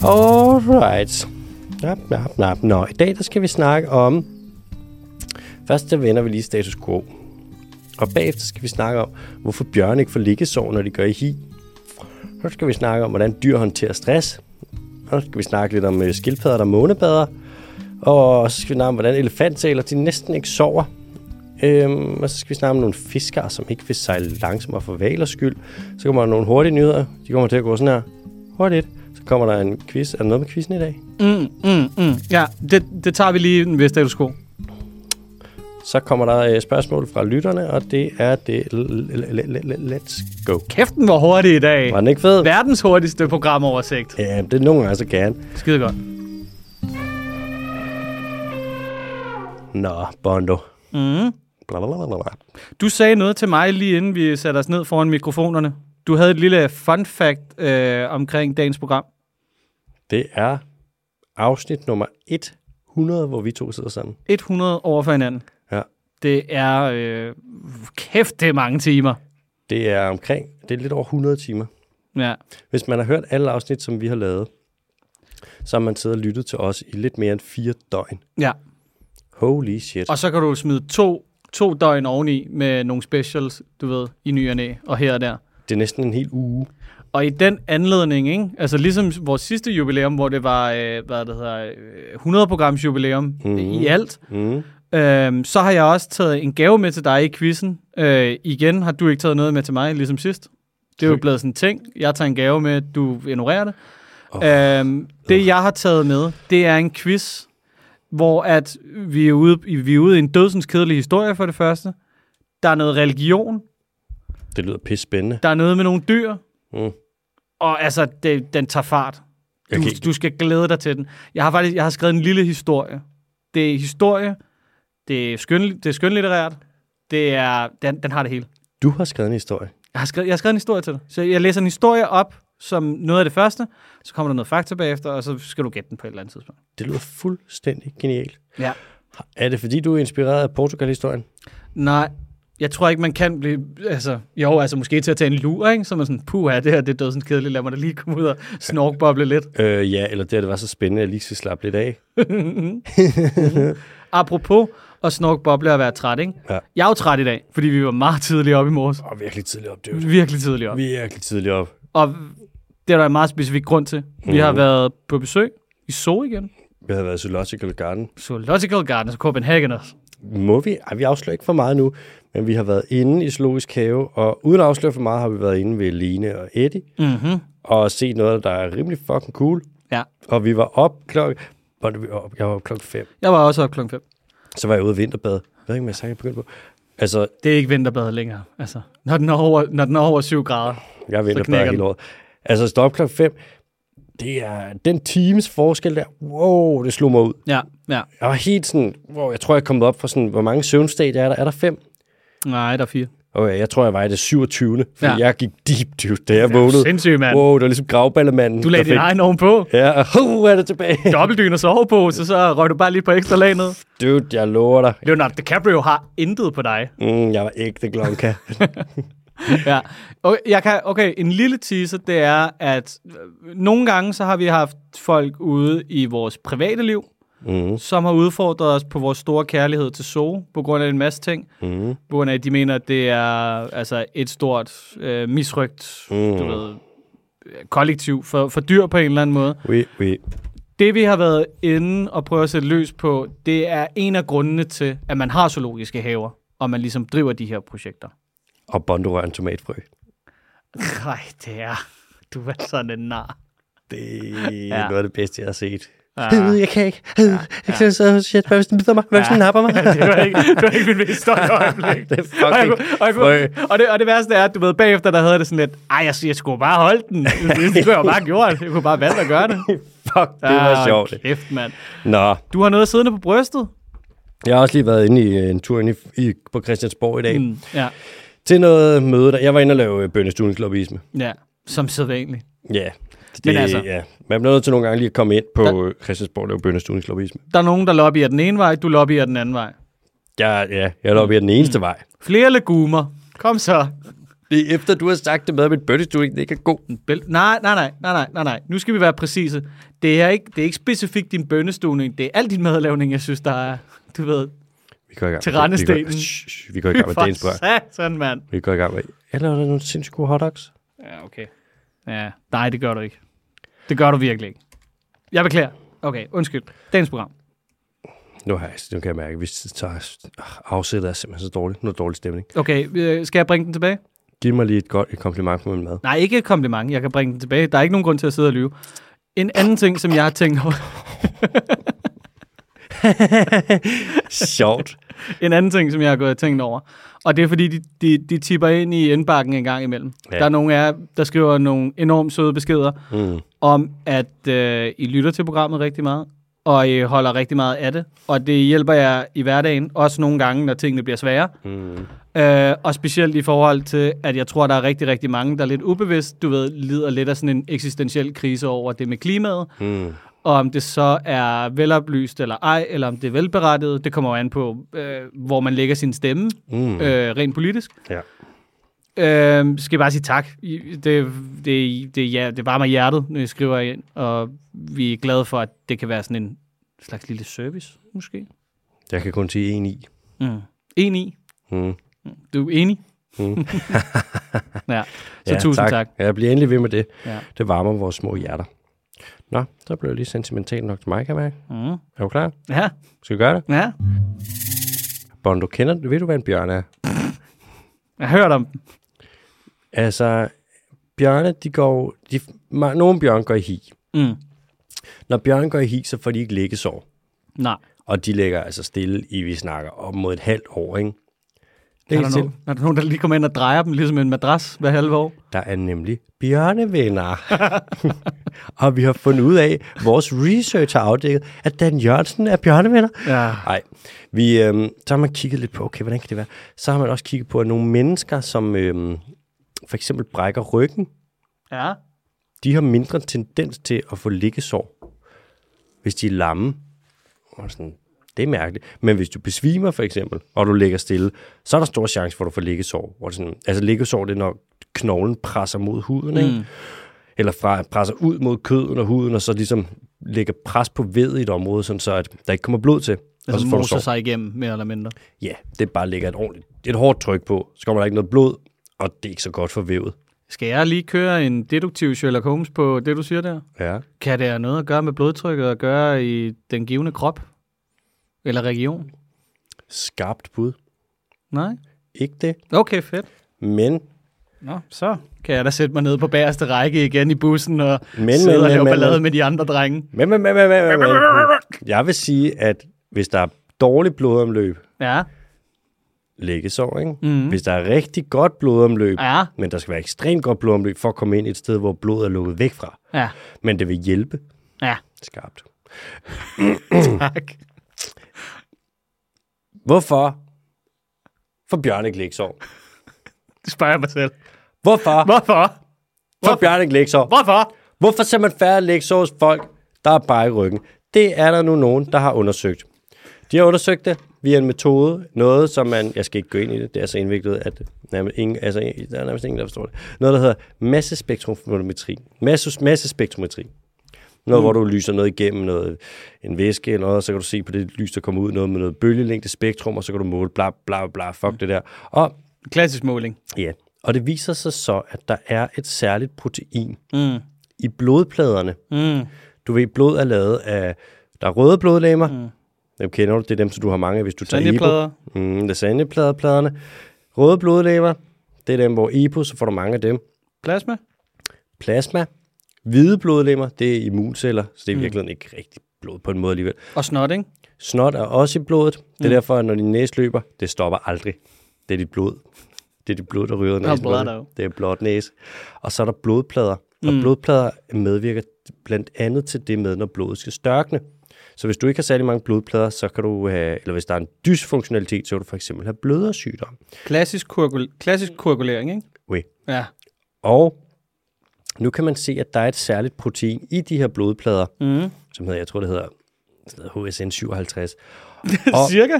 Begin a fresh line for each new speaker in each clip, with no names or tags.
Alright. Nap, nap, nap. Nå, i dag der skal vi snakke om... Først der vender vi lige status quo. Og bagefter skal vi snakke om, hvorfor bjørn ikke får liggesår, når de gør i hi. Så skal vi snakke om, hvordan dyr håndterer stress. Og så skal vi snakke lidt om øh, skildpadder, der månebader. Og så skal vi snakke om, hvordan elefantsaler de næsten ikke sover. Øhm, og så skal vi snakke om nogle fiskere, som ikke vil sejle langsommere for valers skyld. Så kommer der nogle hurtige nyheder. De kommer til at gå sådan her. Hurtigt. Så kommer der en quiz. Er der noget med quizzen i dag?
Mm, mm, mm. Ja, det, det tager vi lige ved status quo.
Så kommer der øh, spørgsmål fra lytterne, og det er det. L- l- l- l- l- Let's go.
Kæften var hurtig i dag.
Var den ikke fed?
Verdens hurtigste programoversigt.
Ja, det er nogen gange så gerne.
Skide godt.
Nå, Bondo.
Mm.
Blablabla.
Du sagde noget til mig lige inden vi satte os ned foran mikrofonerne. Du havde et lille fun fact øh, omkring dagens program.
Det er afsnit nummer 100, hvor vi to sidder sammen.
100 over for hinanden.
Ja.
Det er... Øh, kæft, det er mange timer.
Det er omkring, det er lidt over 100 timer.
Ja.
Hvis man har hørt alle afsnit, som vi har lavet, så har man siddet og lyttet til os i lidt mere end fire døgn.
ja.
Holy shit.
Og så kan du smide to, to døgn oveni med nogle specials, du ved, i ny og næ, og her og der.
Det er næsten en hel uge.
Og i den anledning, ikke? altså ligesom vores sidste jubilæum, hvor det var øh, hvad det hedder, øh, 100-programs jubilæum mm. i alt,
Mm.
øh, så har jeg også taget en gave med til dig i quizzen. Øh, igen har du ikke taget noget med til mig, ligesom sidst. Det er jo blevet sådan en ting. Jeg tager en gave med, du ignorerer det. Oh. Øh, det, jeg har taget med, det er en quiz, hvor at vi, er ude, vi er ude i en dødsens kedelig historie for det første. Der er noget religion,
Det lyder pisse spændende.
der er noget med nogle dyr.
Mm.
Og altså, det, den tager fart. Du,
Okay.
du skal glæde dig til den. Jeg har faktisk jeg har skrevet en lille historie. Det er historie, det er, skøn, det er skønlitterært, det er, den, den har det hele.
Du har skrevet en historie.
Jeg har, skrevet, jeg har skrevet en historie til dig. Så jeg læser en historie op som noget af det første, så kommer der noget fakta bagefter, og så skal du gætte den på et eller andet tidspunkt.
Det lyder fuldstændig genialt.
Ja.
Er det fordi, du er inspireret af Portugal-historien?
Nej, jeg tror ikke, man kan blive... Altså, jo, altså måske til at tage en lur, ikke? Så er man sådan, puha, det her det er dødsens kedeligt, lad mig da lige komme ud og snorkboble lidt.
Øh, ja, eller det, at det var så spændende, at jeg lige skal slappe lidt af.
Apropos at snorke boble og være træt, ikke?
Ja.
Jeg er jo træt i dag, fordi vi var meget tidligt op i morges.
Og virkelig tidligt op, det
Virkelig tidligt op.
Virkelig tidligt op.
Og det er der en meget specifik grund til. Vi har været på besøg i Zoo igen.
Vi havde været i Zoological Garden.
Zoological Gardens, Copenhagen også.
Må vi? Ej, vi afslører ikke for meget nu, men vi har været inde i Zoologisk Have, og uden at afsløre for meget, har vi været inde ved Line og Eddie,
Mm-hmm.
og set noget, der er rimelig fucking cool.
Ja.
Og vi var op klokken... Hvor er det, vi var op? Jeg var op klokken 5.
Jeg var også op klokken 5.
Så var jeg ude i vinterbad. Jeg ved ikke, hvad jeg sagde, jeg begyndte på. Altså,
Det er ikke vinterbad længere. Altså, når den er over, når den er over 7 grader.
jeg venter
knækker
bare
den.
hele året. Altså, stå op klokken 5. Det er den times forskel der. Wow, det slog mig ud.
Ja, ja.
Jeg var helt sådan, wow, jeg tror, jeg er kommet op fra sådan, hvor mange søvnstadier er der? Er der fem?
Nej, der er fire.
Okay, jeg tror, jeg var i det 27. Fordi
Ja.
ja. jeg gik deep, dude, da jeg vågnede.
Sindssygt, mand.
Wow, det var ligesom gravballemanden.
Du lagde
der
din egen ovenpå.
Ja, og huh, er det tilbage.
Dobbeltdyn og sovepose, så røg du bare lige på ekstra lag ned.
Dude, jeg lover dig.
Leonardo DiCaprio har intet på dig.
Mm, jeg var ægte glonka.
ja. Okay, jeg kan, okay, en lille teaser, det er, at øh, nogle gange, så har vi haft folk ude i vores private liv,
mm,
som har udfordret os på vores store kærlighed til Zoo, på grund af en masse ting.
mm,
På grund af, at de mener, at det er altså, et stort øh, misrygt
Mm.
du ved, øh, kollektiv for, for dyr på en eller anden måde.
oui, oui.
Det, vi har været inde og prøve at sætte løs på, det er en af grundene til, at man har zoologiske haver, og man ligesom driver de her projekter.
Og Bondo rører en tomatfrø.
Nej, det er... Du er sådan en nar.
Det er
Ja.
ja. noget af det bedste, jeg har set.
Ja.
Ja. Jeg kan ikke. Ja. Jeg kan så shit. Hvad hvis den bider mig? Hvad hvis den napper mig?
det, var ikke, det var ikke min mest stolte øjeblik.
Det er
Og, jeg,
fucking
kunne- og, jeg,
frø.
kunne- og, det, og det værste er, at du ved, bagefter der havde det sådan lidt, ej, jeg, jeg skulle bare holde den. Det skulle jeg jo bare gjort. Jeg kunne bare valgt at gøre det.
Fuck, det var
Ah,
sjovt.
Kæft, mand.
Nå,
Du har noget siddende på brystet.
jeg har også lige været inde i øh, en tur inde i, i, på Christiansborg i dag. Mm.
Mm, ja,
Til noget møde, der jeg var inde og lave øh, bønnestuens lobbyisme.
ja, som sædvanligt.
Ja. Det,
Men
Men
altså-
altså, ja. Man bliver nødt til nogle gange lige at komme ind på der... Christiansborg og lave bønnestuens lobbyisme.
Der er nogen, der lobbyer den ene vej, du lobbyer den anden vej.
Jeg, ja, jeg er oppe i den eneste mm. vej.
Flere legumer. Kom så.
Det er efter, du har sagt det med, at min bøttesturing ikke er god.
En bæl- nej, nej, nej, nej, nej, nej, nej. Nu skal vi være præcise. Det er ikke, det er ikke specifikt din bønnestuning. Det er al din madlavning, jeg synes, der er, du ved,
Vi går i gang.
Til rendestenen.
Vi går- Shh, shh, Vi går i gang med dagens brød.
sådan, mand.
Vi går i gang med... Eller er der nogle sindssygt gode hotdogs?
Ja, okay. Ja, nej, det gør du ikke. Det gør du virkelig ikke. Jeg beklager. Okay, undskyld. Dagens program.
Nu, har jeg, nu kan jeg mærke, at vi tager ah, afsættet er simpelthen så dårligt. Nu er der dårlig stemning.
Okay, øh, skal jeg bringe den tilbage?
Giv mig lige et godt et kompliment på min mad.
Nej, ikke et kompliment. Jeg kan bringe den tilbage. Der er ikke nogen grund til at sidde og lyve. En anden ting, som jeg har tænkt over,
Sjovt.
en anden ting, som jeg har gået og tænkt over, og det er fordi, de, de, de tipper ind i indbakken en gang imellem.
Ja.
Ja. Der er nogle af jer, der skriver nogle enormt søde beskeder
Mm.
om, at øh, I lytter til programmet rigtig meget, og I holder rigtig meget af det, og det hjælper jer i hverdagen, også nogle gange, når tingene bliver svære.
Mm.
Øh, og specielt i forhold til, at jeg tror, der er rigtig, rigtig mange, der lidt ubevidst, du ved, lider lidt af sådan en eksistentiel krise over det med klimaet,
Mm.
og om det så er veloplyst eller ej, eller om det er velberettet, det kommer jo an på, øh, hvor man lægger sin stemme,
Mm.
mm. øh, rent politisk.
Ja.
Øh, skal jeg bare sige tak. I- Det, det, det, ja, det varmer hjertet, når I skriver ind, og vi er glade for, at det kan være sådan en slags lille service, måske.
Jeg kan kun sige en i.
Mm. Enig i.
Mm.
Du er enig?
Mm.
ja, så ja, tusind tak. tak.
Ja, Jeg bliver endelig ved med det.
Ja.
Det varmer vores små hjerter. Nå, så blev jeg lige sentimental nok til mig, kan jeg mærke.
Mm.
Er du klar?
Ja,
Skal vi gøre det?
ja.
Bondo, kender du, ved du, hvad en bjørn er?
Jeg har hørt om den.
Altså, bjørne, de går... De, ma- nogle bjørn går i hi.
Mm.
Når bjørn går i hi, så får de ikke liggesår.
Nej.
Og de ligger altså stille i, vi snakker, op mod et halvt år, ikke? Det
Er
er
der,
til.
nogen, er der nogen, der lige kommer ind og drejer dem, ligesom en madras hver halve år?
Der er nemlig bjørnevenner. og vi har fundet ud af, vores research har afdækket, at Dan Jørgensen er bjørnevenner.
Ja.
Nej, vi, øhm, så har man kigget lidt på, okay, hvordan kan det være? Så har man også kigget på, at nogle mennesker, som øhm, for eksempel brækker ryggen,
Ja.
de har mindre tendens til at få liggesår, hvis de er lamme. Og sådan, det er mærkeligt. Men hvis du besvimer for eksempel, og du ligger stille, så er der stor chance for, at du får liggesår. Og sådan, altså liggesår, det er når knoglen presser mod huden, ikke? Mm. eller fra, presser ud mod kødet og huden, og så ligesom lægger pres på ved i et område, sådan så at der ikke kommer blod til. og
Altså
så får du
moser
sår.
sig igennem, mere eller mindre.
Ja, det bare lægger et ordentligt, et hårdt tryk på. Så kommer der ikke noget blod, og det er ikke så godt for vævet.
Skal jeg lige køre en deduktiv Sherlock Holmes på det, du siger der?
Ja.
Kan det have noget at gøre med blodtrykket og gøre i den givende krop? Eller region?
Skarpt bud.
Nej?
Ikke det,
Okay, fedt.
men
Nå, så kan jeg da sætte mig ned på bagerste række igen i bussen og
Men,
men, sidde
men,
og
men,
lave
men,
ballade
men.
med de andre drenge.
Men, men, men, men, men, men. Jeg vil sige, at hvis der er dårligt blodomløb,
Ja,
læggesår, ikke?
Mhm.
Hvis der er rigtig godt blodomløb,
ja,
men der skal være ekstremt godt blodomløb for at komme ind et sted, hvor blodet er lukket væk fra.
ja,
Men det vil hjælpe
ja.
skarpt.
Tak.
Hvorfor får Bjørn ikke lægsår?
Det spørger jeg mig selv.
Hvorfor
Hvorfor?
får Bjørn ikke lægsår?
Hvorfor?
Hvorfor ser man færre lægsår hos folk, der er bare i ryggen? Det er der nu nogen, der har undersøgt. De har undersøgt det via en metode, noget som man, jeg skal ikke gå ind i det, det er så indviklet, at nærmest ingen, altså, der er nærmest ingen, der forstår det. Noget, der hedder massespektrometri. Masses, massespektrometri. Noget, mm. hvor du lyser noget igennem noget, en væske eller noget, og så kan du se på det lys, der kommer ud, noget med noget bølgelængde spektrum, og så kan du måle bla bla bla, fuck det der. Og
Klassisk måling.
Ja, og det viser sig så, at der er et særligt protein mm. i blodpladerne.
Mm.
Du ved, blod er lavet af, der er røde blodlegemer. Mm. Dem kender du, det er dem, som du har mange af, hvis du tager
Lasagneplader.
Ibo. Mm, lasagneplader, pladerne. Røde blodlegemer, det er dem, hvor Ibo, så får du mange af dem.
Plasma?
Plasma, hvide blodlegemer, det er immunceller, så det er i virkeligheden ikke rigtig blod på en måde alligevel.
Og snot, ikke?
Snot er også i blodet. Det er mm. derfor, at når din næse løber, det stopper aldrig. Det er dit blod. Det er dit blod, der Mm. ryger ud af
Nå,
næsen. på
blot
dig.
dog.
Det er blot næse. Og så er der blodplader. Og blodplader medvirker blandt andet til det med, når blodet skal størkne. Så hvis du ikke har særlig mange blodplader, så kan du have, eller hvis der er en dysfunktionalitet, så kan du for eksempel have blødersygdom.
Klassisk, kurkul- klassisk kurkulering, ikke?
Oui.
Ja.
Og nu kan man se, at der er et særligt protein i de her blodplader,
Mm.
som hedder, jeg tror det hedder, sådan noget HSN 57.
Og... Cirka?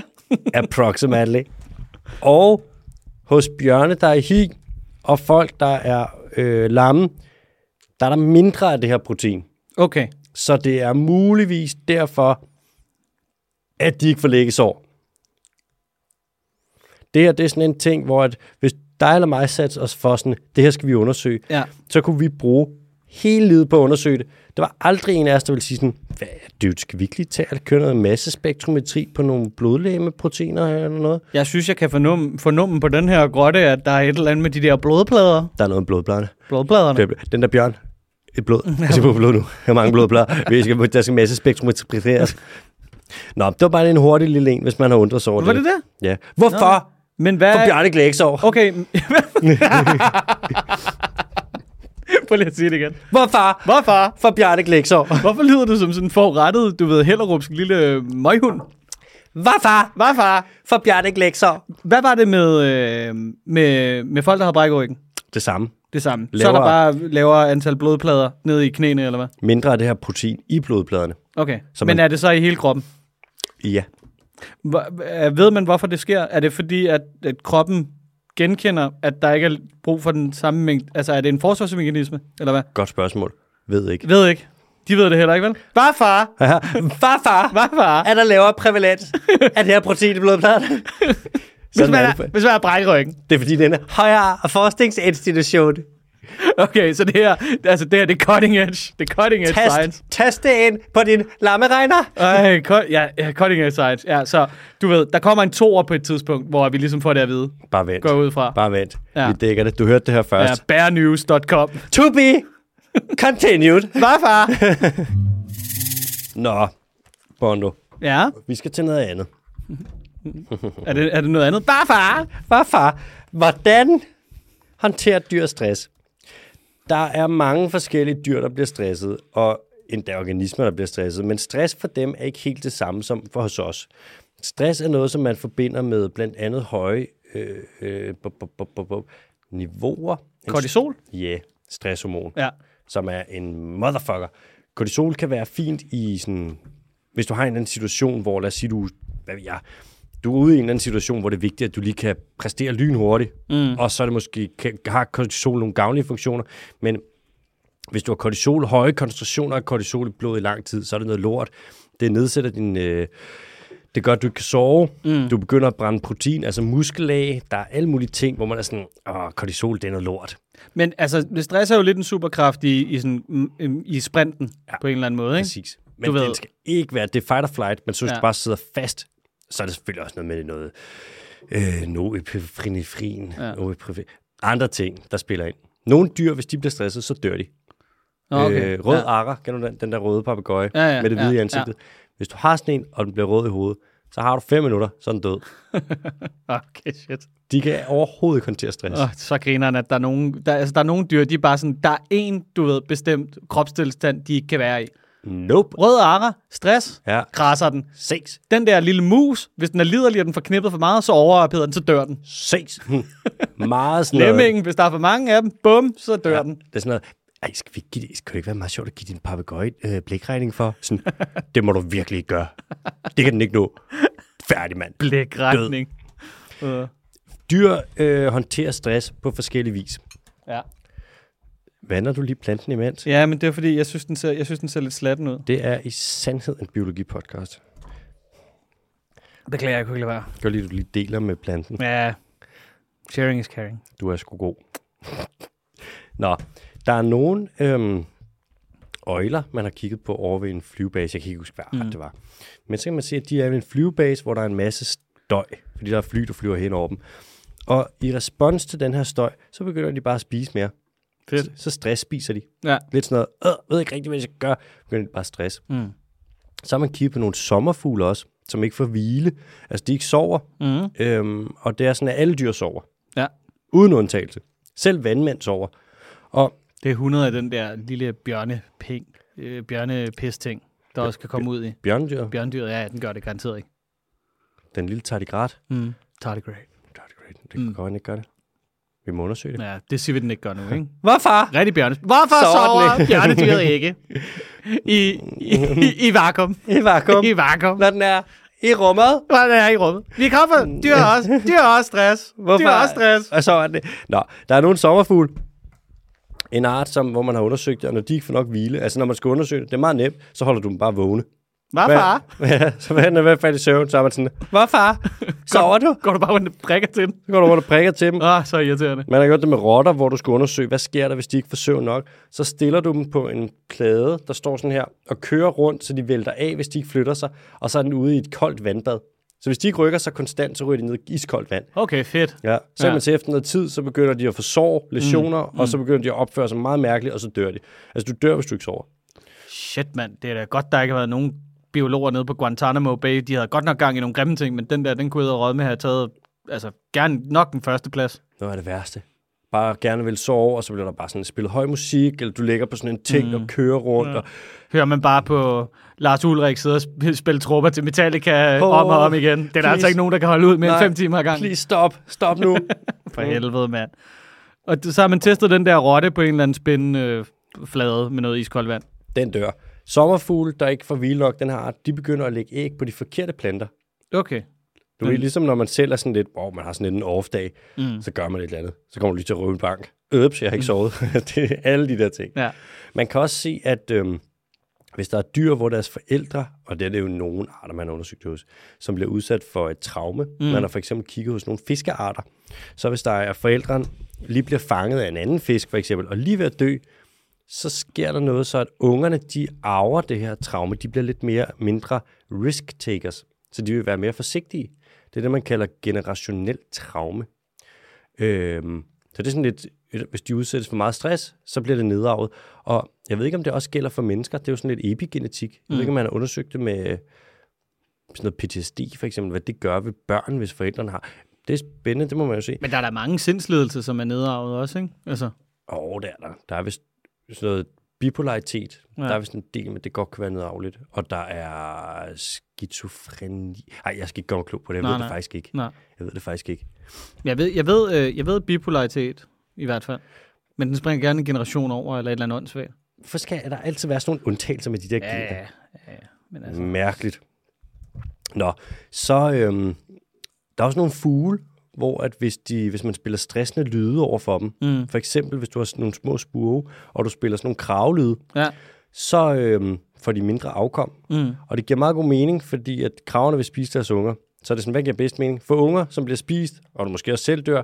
Approximately. Og hos bjørne, der er i hi, Og folk, der er øh, lamme, der er der mindre af det her protein.
Okay.
Så det er muligvis derfor, at de ikke får læggesår. Det her, det er sådan en ting, hvor at hvis dig eller mig satte os for sådan, det her skal vi undersøge,
Ja.
så kunne vi bruge hele livet på at undersøge det. Der var aldrig en af os, der ville sige sådan, hvad, dude, skal vi ikke lige tage at køre noget massespektrometri på nogle blodlægemeproteiner her eller noget?
Jeg synes, jeg kan fornumme, fornumme på den her grotte, at der er et eller andet med de der blodplader.
Der er noget blodblande.
Blodpladerne.
Den der bjørn, et blod. Jeg skal på blod nu. Jeg har mange blodplader. Vi skal, der skal massespektrometriseres. Nå, det var bare lige en hurtig lille en, hvis man har undret sig over
Var det det?
Ja. Hvorfor? Nå.
Men hvad...
For Bjørn ikke lægsår.
Okay. Prøv lige at sige det igen.
Hvorfor?
Hvorfor?
For Bjørn ikke lægsår.
Hvorfor lyder du som sådan en forrettet, du ved, Hellerupsk lille øh, møghund?
Hvorfor?
Hvorfor?
For Bjørn ikke lægsår.
Hvad var det med, øh, med, med folk, der har brækket ryggen?
Det samme.
Det samme. Lavere. Så er
Lavere.
der bare lavere antal blodplader nede i knæene, eller hvad?
Mindre af det her protein i blodpladerne.
Okay.
Så
Så Men
man-
er det så i hele kroppen?
Ja.
Hvor- øh, Ved man, hvorfor det sker? Er det fordi, at, at kroppen genkender, at der ikke er brug for den samme mængde? Altså, er det en forsvarsmekanisme, eller hvad?
Godt spørgsmål. Ved ikke.
Ved ikke. De ved det heller ikke, vel? Bare far!
Hvorfor
Bare far!
er der lavere prævalens af det her protein i blodpladerne?
Hvis
Sådan
man,
er
er,
det.
hvis man er brækryggen.
Det er fordi, den er højere forskningsinstitution.
Okay, så det her, altså det her, det er cutting edge. Det er cutting edge science.
Tast, tast det ind på din lammeregner.
Ej, cut, ja, ja, cutting edge science. Ja, så du ved, der kommer en toer på et tidspunkt, hvor vi ligesom får det at vide.
Bare vent.
Går jeg ud fra.
Bare vent.
Ja.
Vi dækker det. Du hørte det her
Ja,
først.
bearnews.com.
To be continued.
Bare far!
Nå, Bondo.
Ja,
Vi skal til noget andet.
er det, er det noget andet? Bare far!
Hvorfor? Hvordan håndterer dyr stress? Der er mange forskellige dyr, der bliver stresset, og endda organismer, der bliver stresset, men stress for dem er ikke helt det samme som for hos os. Stress er noget, som man forbinder med blandt andet høje øh, øh, bu- bu- bu- bu- bu- niveauer.
Kortisol?
Ja, yeah, stresshormon
Ja.
som er en motherfucker. Kortisol kan være fint i sådan, hvis du har en eller anden situation, hvor lad os sige, du, hvad ved jeg, du er ude i en eller anden situation, hvor det er vigtigt, at du lige kan præstere lynhurtigt, mm. og så er det måske, kan, har kortisol nogle gavnlige funktioner, men hvis du har kortisol, høje koncentrationer af kortisol i blodet i lang tid, så er det noget lort. Det nedsætter din... Øh, det gør, at du ikke kan sove. Mm. Du begynder at brænde protein, altså muskelag. Der er alle mulige ting, hvor man er sådan, åh, kortisol, det er noget lort.
Men altså, det stress er jo lidt en superkraft i, i, sådan, mm, mm, i sprinten ja. på en eller anden måde, ikke?
Præcis. Men
Du ved-
den skal ikke være, det er fight or flight, men så hvis ja.
Ja.
du bare sidder fast, så er det selvfølgelig også noget med noget øh, noepifrinefrin, ja. andre ting, der spiller ind. Nogle dyr, hvis de bliver stresset, så dør de.
Nå, okay.
Øh, rød
ja.
ja. arer, kan du den, den der røde papegøje
Ja, ja,
med det hvide
ja,
i ansigtet. Ja. Hvis du har sådan en, og den bliver rød i hovedet, så har du fem minutter, så er den død.
Okay, shit.
De kan overhovedet ikke håndtere stress.
Oh, så griner han, at der er, nogen, der, altså, der er nogen dyr, de er bare sådan, der er en, du ved, bestemt kropstilstand, de ikke kan være i.
Nope.
Rød ara, stress,
Ja.
græsser den.
Ses.
Den der lille mus, hvis den er liderlig, og den får knippet for meget, så overopheder den, så dør den.
Ses. Hm. Meget sådan noget.
Lemmingen, hvis der er for mange af dem, bum, så dør ja. den.
Det er sådan noget, ej, skal vi ikke give det, skal det ikke være meget sjovt at give din papegøje øh, blikregning for? Sådan, det må du virkelig ikke gøre. Det kan den ikke nå. Færdig, mand.
Blikretning. Uh,
Dyr øh, håndterer stress på forskellige vis.
ja.
Vander du lige planten imens?
ja, men det er fordi, jeg synes, den ser, jeg synes, den ser lidt slatten ud.
Det er i sandhed en biologipodcast.
Beklager, jeg kunne ikke lade være.
Jeg kan godt lide, at du lige deler med planten.
Ja. Sharing is caring.
Du er sgu god. Nå, der er nogle øhm, øjler, man har kigget på over ved en flyvebase. Jeg kan ikke huske, hvad art det var. Men så kan man se, at de er ved en flyvebase, hvor der er en masse støj, fordi der er fly, der flyver hen over dem. Og i respons til den her støj, så begynder de bare at spise mere.
Fedt.
Så, så stress spiser de.
Ja.
Lidt sådan noget, øh, ved ikke rigtig, hvad jeg skal gøre. Begynder de bare at stress.
Mm.
Så har man kigget på nogle sommerfugle også, som ikke får hvile. Altså, de ikke sover.
Mm.
Øhm, og det er sådan, at alle dyr sover.
Ja.
Uden undtagelse. Selv vandmænd sover. Og
Det er 100 af den der lille bjørneping, øh, bjørnepis-ting, der også kan komme ud i.
bjørndyr,
Bjørndyret, ja, den gør det garanteret ikke.
den lille tardigrat.
Mm. Tardigrade.
Tardigrat, det kan mm. godt, den ikke gøre det. Vi må undersøge det.
Ja, det siger vi, den ikke gør nu, ikke?
Hvorfor?
Rigtig bjørne. Hvorfor
Sover den
sover
ikke?
bjørnedyret ikke? I, i, i, i vakuum.
I vakuum.
I vakuum.
Når den er i rummet.
Nej, det er i rummet. Vi kommer. Dyr er også, dyr er også stress. Hvorfor? Dyr er også stress.
Og så er det... Nå, der er nogle sommerfugle. En art, som, hvor man har undersøgt det, og når de ikke får nok hvile, altså når man skal undersøge det, det er meget nemt, så holder du dem bare vågne.
Hvad far?
Ja, så når man er i hvert fald i søvn, så er man sådan,
Hvad far?
sover du?
Går du bare rundt og prikker til den?
Så går du rundt og prikker til dem.
Ah, så irriterende.
Man har gjort det med rotter, hvor du skal undersøge, hvad sker der, hvis de ikke får søvn nok. Så stiller du dem på en plade, der står sådan her, og kører rundt, så de vælter af, hvis de ikke flytter sig. Og så er den ude i et koldt vandbad. Så hvis de ikke rykker sig konstant, så ryger de ned i iskoldt vand.
Okay, fedt.
Ja. Så ja.
Ja.
man til efter noget tid, så begynder de at få sår, lesioner, mm. og så begynder de at opføre sig meget mærkeligt, og så dør de. Altså, du dør, hvis du ikke sover.
Shit, mand. Det er da godt, der ikke har været nogen biologer nede på Guantanamo Bay. De havde godt nok gang i nogle grimme ting, men den der, den kunne jeg råd med at have taget altså, gerne nok den første plads.
Noget af det værste. Bare gerne vil sove, og så bliver der bare sådan spillet høj musik, eller du ligger på sådan en ting mm. og kører rundt. Ja. Og,
Hører man bare på Lars Ulrik sidde og sp- spille trupper til Metallica
Åh,
oh, om og om igen. Det er der
please.
altså ikke nogen, der kan holde ud mere end
Nej,
fem timer ad gangen.
Please stop. Stop nu.
For helvede, mand. Og d- så har man testet den der rotte på en eller anden spændende øh, flade med noget iskoldt vand.
den dør. Sommerfugle, der ikke får hvile nok, den her art, de begynder at lægge æg på de forkerte planter.
Okay.
Du
Mm.
ved, ligesom når man selv er sådan lidt, åh, oh, man har sådan lidt en off-dag, mm. så gør man et eller andet. Så kommer du lige til at røve en bank. Øps, jeg
Mm.
har ikke sovet. det er alle de der ting.
Ja.
Man kan også se, at øhm, hvis der er dyr, hvor deres forældre, og det er det jo nogle arter, man har undersøgt hos, som bliver udsat for et traume. Mm. Man har for eksempel kigget hos nogle fiskearter. Så hvis der er forældrene lige bliver fanget af en anden fisk, for eksempel, og lige ved at dø, så sker der noget, så at ungerne, de arver det her traume. De bliver lidt mere mindre risk-takers, så de vil være mere forsigtige. Det er det, man kalder generationelt traume. Øhm, så det er sådan lidt, øh, hvis de udsættes for meget stress, så bliver det nedarvet. Og jeg ved ikke, om det også gælder for mennesker. Det er jo sådan lidt epigenetik. Jeg ved ikke, om man har undersøgt det med øh, sådan noget PTSD, for eksempel, hvad det gør ved børn, hvis forældrene har. Det er spændende, det må man jo se.
Men der er der mange sindslidelser, som er nedarvet også, ikke? Altså,
Åh, oh, det er der. Der er vist sådan noget bipolaritet. Ja.
Ja.
Der er vist en del, men det godt kan være nedarveligt. Og der er skizofreni. Ej, jeg skal ikke gøre mig klog på det. Jeg nej,
Nej,
ved nej.
nej.
det faktisk ikke.
nej.
Jeg ved det faktisk ikke.
Jeg ved, jeg ved, øh, jeg ved bipolaritet, i hvert fald. Men den springer gerne en generation over, eller et eller andet åndssvagt.
Hvorfor skal der altid være sådan nogle undtagelser med de der gener?
Ja, ja, ja. Men altså,
Mærkeligt. Nå, så øhm, der er også nogle fugle, hvor at hvis, de, hvis man spiller stressende lyde over for dem, mm. for eksempel hvis du har sådan nogle små spurve, og du spiller sådan nogle kravlyde,
ja.
så øhm, får de mindre afkom. Mm. Og det giver meget god mening, fordi at kraverne vil spise deres unger. Så er det sådan, hvad giver bedst mening? Få unger, som bliver spist, og du måske også selv dør,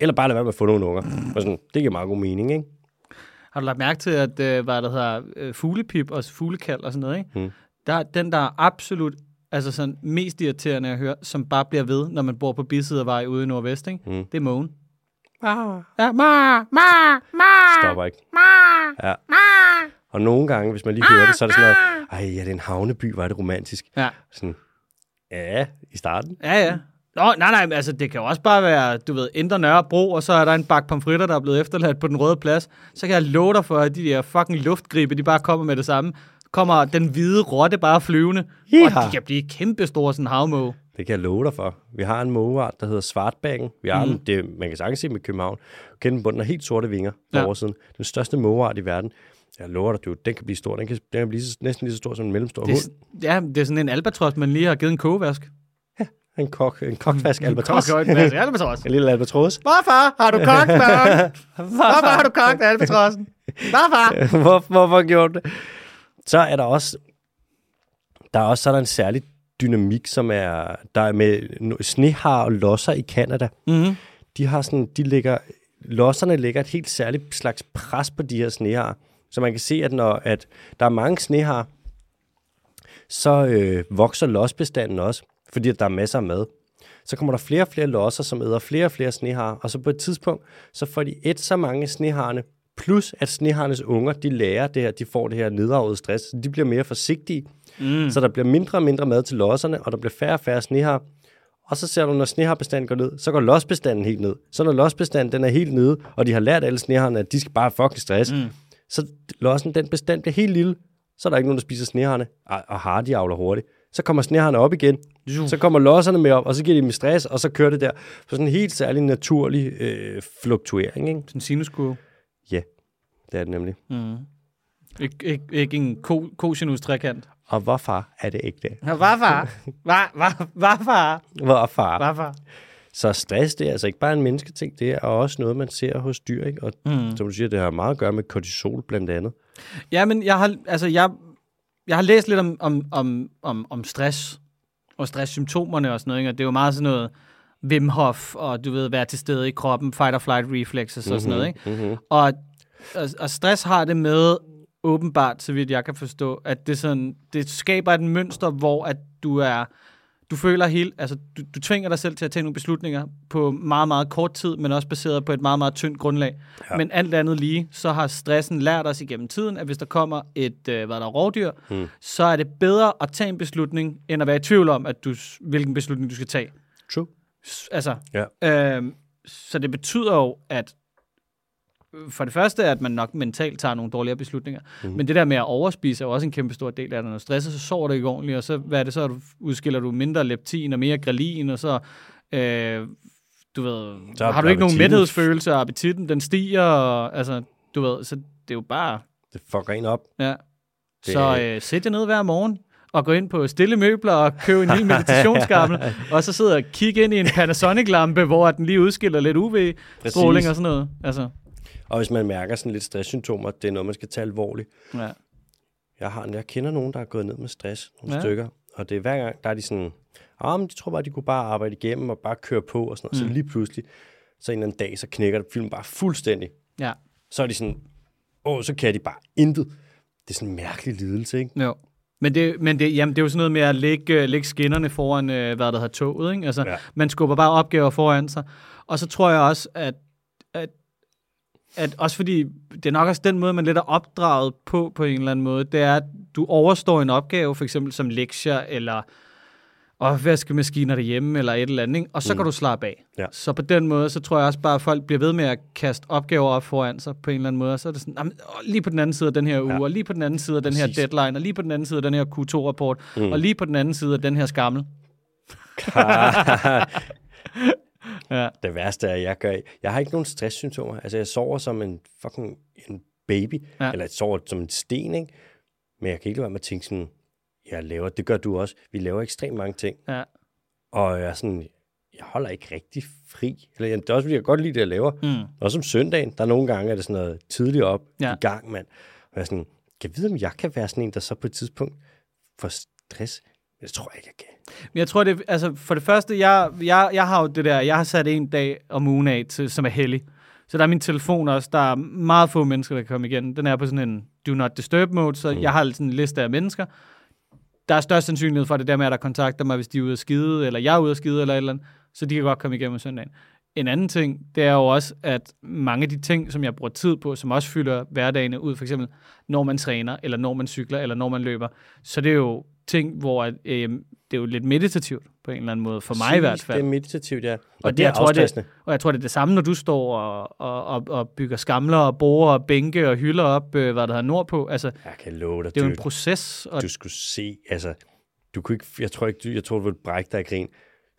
eller bare lade være med at få nogle unger.
Mm.
Og sådan, det giver meget god mening, ikke?
Har du lagt mærke til, at øh, hvad der hedder øh, fuglepip og fuglekald og sådan noget, ikke? Mm. Der, er den, der er absolut altså sådan, mest irriterende at høre, som bare bliver ved, når man bor på Bisidervej ude i Nordvest, ikke? Mm. Det er mågen. Ah. Ja, ma, ma, ma.
stopper ikke. Ja. Og nogle gange, hvis man lige
Ah,
hører det, så er det sådan noget, ej, ja, det er en havneby, var det romantisk.
Ja.
Sådan, ja, i starten.
Ja, ja. Nå, nej, nej, men altså det kan jo også bare være, du ved, Indre Nørrebro, og så er der en bakke pomfritter, der er blevet efterladt på den røde plads. Så kan jeg love dig for, at de der fucking luftgribe, de bare kommer med det samme. Kommer den hvide rotte bare flyvende,
Yeehaw.
og de kan blive kæmpe store sådan en havmåge.
Det kan jeg love dig for. Vi har en mågeart, der hedder Svartbakken. Vi har mm. den, det, man kan sagtens se med København. Kende den bunden har helt sorte vinger på ja.
Ja.
oversiden. Den største mågeart i verden. Jeg lover dig, du, den kan blive stor. Den kan, den kan blive så, næsten lige så stor som en mellemstor
Det er,
hund.
s- ja, det er sådan en albatros, man lige har givet en kogevask.
En kok, en kokvask albatros.
Kok, kok, altså, albatros.
En lille albatros.
Hvorfor har du kogt, børn? Hvorfor har du kogt albatrossen? Hvorfor?
Hvor, hvorfor gjorde du det? Så er der også, der er også sådan en særlig dynamik, som er, der er med no- snehar og losser i Kanada. Mm-hmm. De har sådan, de ligger, losserne lægger et helt særligt slags pres på de her snehar. Så man kan se, at når at der er mange snehar, så øh, vokser losbestanden også, fordi at der er masser af mad. Så kommer der flere og flere losser, som æder flere og flere snehar, og så på et tidspunkt, så får de et så mange sneharne, plus at sneharnes unger, de lærer det her, de får det her nedarvede stress, så de bliver mere forsigtige. Mm. Så der bliver mindre og mindre mad til losserne, og der bliver færre og færre snehar. Og så ser du, når sneharbestanden går ned, så går losbestanden helt ned. Så når losbestanden den er helt nede, og de har lært alle sneharne, at de skal bare fucking stress, mm. så lossen, den bestand bliver helt lille. Så er der ikke nogen, der spiser sneharne, og, og har de avler hurtigt. Så kommer sneharne op igen, så kommer losserne med op, og så giver de dem stress, og så kører det der. Så sådan en helt særlig naturlig øh, fluktuering, ikke?
Sådan en sinuskurve.
Ja, det er det nemlig.
Ikke, ikke, ikke en ko, kosinus trekant.
Og hvorfor er det ikke det?
Hvorfor? Hva- hva- Hvorfor?
Hvorfor?
Hvorfor?
Så stress, det er altså ikke bare en mennesketing, det er også noget, man ser hos dyr, ikke? Og mm. som du siger, det har meget at gøre med kortisol blandt andet.
Ja, men jeg har, altså, jeg, jeg har læst lidt om, om, om, om, om stress og stresssymptomerne og sådan noget, ikke? og det er jo meget sådan noget Wim Hof, og du ved, være til stede i kroppen, fight or flight reflexes mm-hmm. og sådan noget. Ikke?
Mm-hmm.
Og, og, og stress har det med, åbenbart, så vidt jeg kan forstå, at det, sådan, det skaber et mønster, hvor at du er du føler helt, altså du, du tvinger dig selv til at tage nogle beslutninger på meget, meget kort tid, men også baseret på et meget, meget tyndt grundlag. Ja. Men alt andet lige, så har stressen lært os igennem tiden, at hvis der kommer et, øh, hvad der er, rovdyr, hmm. så er det bedre at tage en beslutning, end at være i tvivl om, at du, s- hvilken beslutning du skal tage.
True.
S- Altså,
Ja.
Øhm, så det betyder jo, at øh, for det første, at man nok mentalt tager nogle dårligere beslutninger.
Mhm.
Mm. Men det der med at overspise er jo også en kæmpe stor del af det. Når du stresser, så sover du ikke ordentligt, og så, hvad er det, så Du- udskiller du mindre leptin og mere grelin, og så, øh, du ved,
Så
så
er
har du ikke nogen
appetitten-
mæthedsfølelse, og appetitten den stiger, og, altså, du ved, så det er jo bare,
Det fucker en op.
ja.
Det-
Så øh, sæt jer ned hver morgen, og gå ind på stille møbler og køb en lille meditationsgammel, og så sidde og kigge ind i en Panasonic-lampe, hvor den lige udskiller lidt UV-stråling og sådan noget. Altså,
Og hvis man mærker sådan lidt stresssymptomer, det er noget, man skal tage alvorligt.
ja.
Jeg, har, jeg kender nogen, der er gået ned med stress, nogle ja.
Ja.
stykker, og det er hver gang, der er de sådan, ah, men de tror bare, de kunne bare arbejde igennem og bare køre på og sådan noget. Mm. Så lige pludselig, så en eller anden dag, så knækker det filmen bare fuldstændig.
ja.
Så er de sådan, åh, så kan de bare intet. Det er sådan en mærkelig lidelse, ikke?
Jo. Men det, men det, jamen, det er jo sådan noget med at lægge, øh, lægge skinnerne foran, øh, hvad der hedder, toget. Ikke? Altså,
Ja.
ja. Man skubber bare opgaver foran sig. Og så tror jeg også, at, at, at også fordi, det er nok også den måde, man lidt er opdraget på, på en eller anden måde, det er, at du overstår en opgave, for eksempel som lektier, eller opvaskemaskiner derhjemme, eller et eller andet, ikke? og så mm. kan du slappe af.
Ja.
Så på den måde, så tror jeg også bare, at folk bliver ved med at kaste opgaver op foran sig på en eller anden måde, og så er det sådan, "Jamen, åh, lige på den anden side af den her uge,
Ja.
ja. og lige på den anden side af den her
Præcis.
deadline, og lige på den anden side af den her Q2-rapport, mm. og lige på den anden side af den her skammel. Ja.
Det værste er, at jeg gør... Jeg har ikke nogen stresssymptomer. Altså, jeg sover som en fucking en baby. Ja.
Ja.
Eller jeg sover som en sten, ikke? Men jeg kan ikke lade være med at tænke sådan, jeg laver, det gør du også. Vi laver ekstremt mange ting.
Ja.
Og jeg er sådan, jeg holder ikke rigtig fri. Eller, jamen, det er også, fordi jeg godt lide det, jeg laver. Mm. Også om søndagen, der er nogle gange, er det sådan noget tidligt op ja.
Ja.
i gang, mand. Og jeg er sådan, kan jeg vide, om jeg kan være sådan en, der så på et tidspunkt får stress? Jeg tror ikke, jeg kan.
Men jeg tror, det, altså, for det første, jeg, jeg, jeg har jo det der, jeg har sat en dag om ugen af, til, som er hellig. Så der er min telefon også, der er meget få mennesker, der kan komme igen. Den er på sådan en do not disturb mode, så mm. jeg har sådan en liste af mennesker. Der er størst sandsynlighed for at det der med, at der kontakter mig, hvis de er ude at skide, eller jeg er ude at skide, eller et eller andet, så de kan godt komme igennem om søndagen. En anden ting, det er jo også, at mange af de ting, som jeg bruger tid på, som også fylder hverdagene ud, for eksempel når man træner, eller når man cykler, eller når man løber, så det er jo ting, hvor at, øh, det er jo lidt meditativt på en eller anden måde, for mig i hvert
Præcis, Det
fald.
er meditativt, ja. Og,
Og, det,
det er
jeg tror,
afstressende.
det, og jeg tror, det er det samme, når du står og, og, og, og bygger skamler og borer og bænke og hylder op, øh, hvad der hedder nordpå. Altså, det
Jeg kan love dig,
er jo
dude.
en proces. Og,
du skulle se, altså, du kunne ikke, jeg tror ikke, du, jeg tror, du ville brække dig af grin.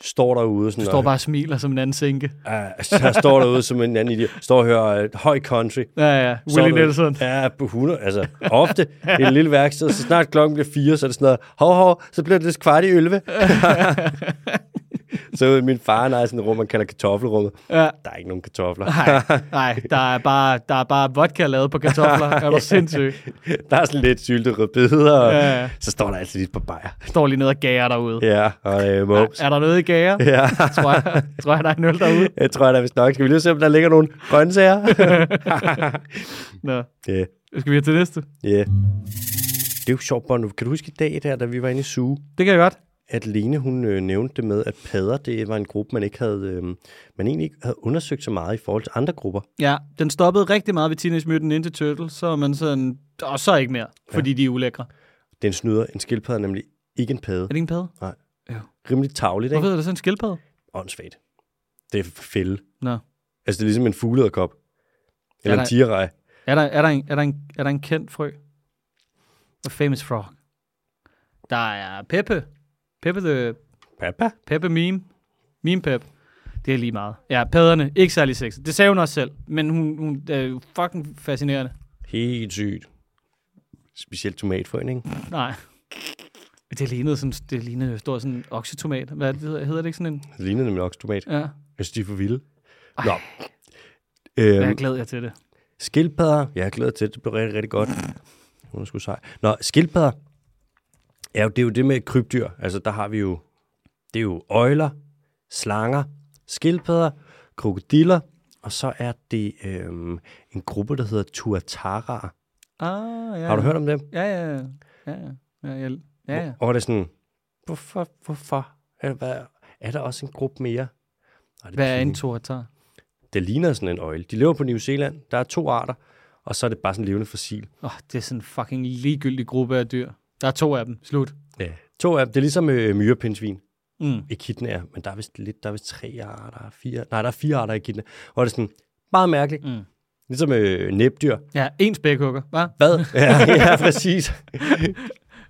Står derude sådan,
du står bare og smiler som en anden sænke.
og, uh, så står derude som en anden idiot, står og hører uh, høj country.
Ja, ja.
Så er
Willie
du-
Nelson.
Ja, på 100, altså ofte i et lille værksted, så snart klokken bliver fire, så er det sådan noget, hov, hov, så bliver det lidt kvart i 11. så ud i min far, nej, sådan et rum, man kalder kartoffelrummet.
Ja.
Der er ikke nogen kartofler.
Nej, nej, der er bare, der er bare vodka lavet på kartofler. Er du sindssyg?
der er sådan lidt syltede rødbeder, og
Ja, ja.
så står der altid lidt på bajer.
Står lige nede og gager derude.
Ja, og øh, moms.
Er der noget i gager?
Ja.
Tror jeg, tror jeg, der er en øl derude?
Jeg tror da vist nok. Skal vi lige se, om der ligger nogle grøntsager?
Nå.
Ja.
Skal vi have til næste?
Ja. Det er jo sjovt, Bono. Kan du huske i dag, der, da vi var inde i Zoo,
Det kan jeg godt.
at Lene, hun øh, nævnte det med, at padder, det var en gruppe, man ikke havde, øh, man egentlig ikke havde undersøgt så meget i forhold til andre grupper.
Ja, den stoppede rigtig meget ved Teenage Mutant Ninja Turtle, så er man sådan, og så ikke mere, fordi ja. de er ulækre.
Den snyder en skildpadde er nemlig ikke en padde.
Er det ikke en padde?
Nej.
Jo.
Rimelig tavligt,
Hvorfor
ikke?
hedder det så en skildpadde?
Åndssvagt. Det er fælde.
Nå.
Altså, det er ligesom en fuglederkop. Eller
Ja,
en
der-
tigerej.
Er der, er der, en, er der, en, er der en kendt frø? A famous frog. Der er Peppe. Peppe the
Papa.
Peppe meme. Meme Pep. Det er lige meget. Ja, padderne. Ikke særlig sexet. Det sagde hun også selv. Men hun, hun er jo fucking fascinerende.
Helt sygt. Specielt tomatfrøen, ikke?
Nej. Det lignede sådan, det lignede en stor sådan oksetomat. Hvad er det, det hedder? hedder det ikke sådan en?
Det ligner nemlig også tomat. Ja.
Ja.
Jeg synes, de er for vilde.
Ej.
Nå.
Jeg
Øhm,
glæder jeg til det.
skildpadder. Jeg er glad til, det. det blev rigtig, rigtig godt. Hun er sgu sej. Nå, skildpadder. Ja, det er jo det med krybdyr. Altså, der har vi jo... Det er jo øjler, slanger, skildpadder, krokodiller, og så er det øhm, en gruppe, der hedder tuatara.
Ah, ja.
Har du hørt om dem?
Ja, ja, ja. Ja, ja. Ja, ja. ja, ja.
Og var det sådan, hvorfor, hvorfor? Er, hvad, er der også en gruppe mere? Og det,
Hvad er en
pinligt.
toratar?
det ligner sådan en øjle. De lever på New Zealand. Der er to arter, og så er det bare sådan en levende fossil.
Åh, oh, det er sådan en fucking ligegyldig gruppe af dyr. Der er to af dem. Slut.
Ja. To af dem, det er ligesom øh, myrepindsvin.
Mm.
Ekidna er, men der er vist lidt, der er vist tre arter, fire, nej, der er fire arter i ekidna. Og det er sådan, meget mærkeligt.
Mm.
Ligesom øh, næbdyr.
Ja, en spækhugger, hva'?
Hvad? ja, ja, præcis.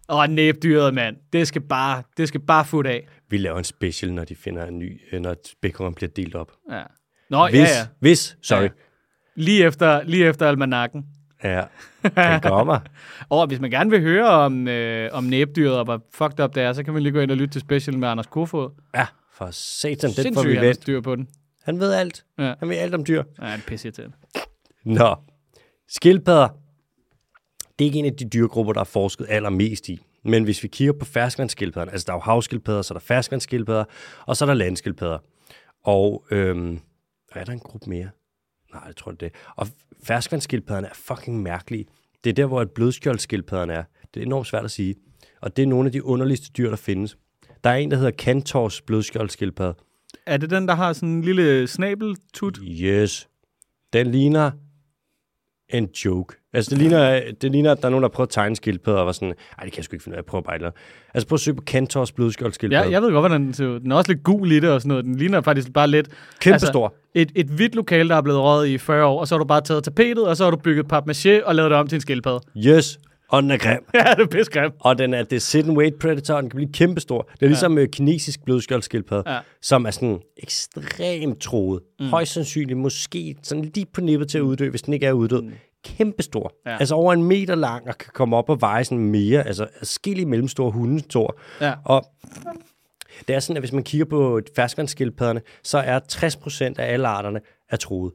Og næbdyret, mand. Det skal bare, det skal bare futte af.
Vi laver en special, når de finder en ny, øh, når spækhuggeren bliver delt op.
Ja. Nå,
Hvis,
ja, ja.
hvis, sorry.
Lige efter, lige efter almanakken.
Ja, ja den kommer.
Og hvis man gerne vil høre om, øh, om næbdyret og hvor fucked up det er, så kan man lige gå ind og lytte til specialen med Anders Kofod.
Ja, for satan, den får
Sindssygt,
vi
han har
vendt.
styr på den.
Han ved alt.
Ja.
Han ved alt om dyr.
Ja, han pisser til
Nå, skildpadder. Det er ikke en af de dyregrupper, der er forsket allermest i. Men hvis vi kigger på ferskvandsskildpadderne, altså der er jo havskildpadder, så er der ferskvandsskildpadder, og så er der landskildpadder. Og øhm, er der en gruppe mere? Nej, jeg tror det. er det. Og ferskvandsskildpadderne er fucking mærkelige. Det er der, hvor et blødskjoldskildpadderne er. Det er enormt svært at sige. Og det er nogle af de underligste dyr, der findes. Der er en, der hedder Kantors blødskjoldskildpadde.
Er det den, der har sådan en lille snabeltut?
Yes. Den ligner en joke. Altså, det ligner, det ligner, at der er nogen, der prøver at tegne skildpadder og var sådan, nej, det kan jeg sgu ikke finde ud af, jeg prøver bare et eller andet." Altså, prøv at søge på Kantors blødskjoldskildpadde.
Ja, jeg ved godt, hvordan den ser ud. Den er også lidt gul i det og sådan noget. Den ligner faktisk bare lidt... Altså,
Kæmpe stor.
Et, et hvidt lokale, der er blevet røget i 40 år, og så har du bare taget tapetet, og så har du bygget papmaché og lavet det om til en skildpadde.
Yes, og den er grim.
Ja, det er pissegrim.
Og den er det sit and wait predator, og den kan blive kæmpestor. Det er ligesom ja. kinesisk blødskjoldskildpadde,
Ja.
ja. som er sådan ekstremt troet. Mm. Højst sandsynligt, måske sådan lige på nippet til at uddø, hvis den ikke er uddød. Mm. Kæmpestor.
Ja.
Ja. Altså over en meter lang, og kan komme op og veje sådan mere, altså skille mellemstore hunde, tror.
Ja.
Og det er sådan, at hvis man kigger på ferskvandsskildpadderne, så er 60% af alle arterne er troet.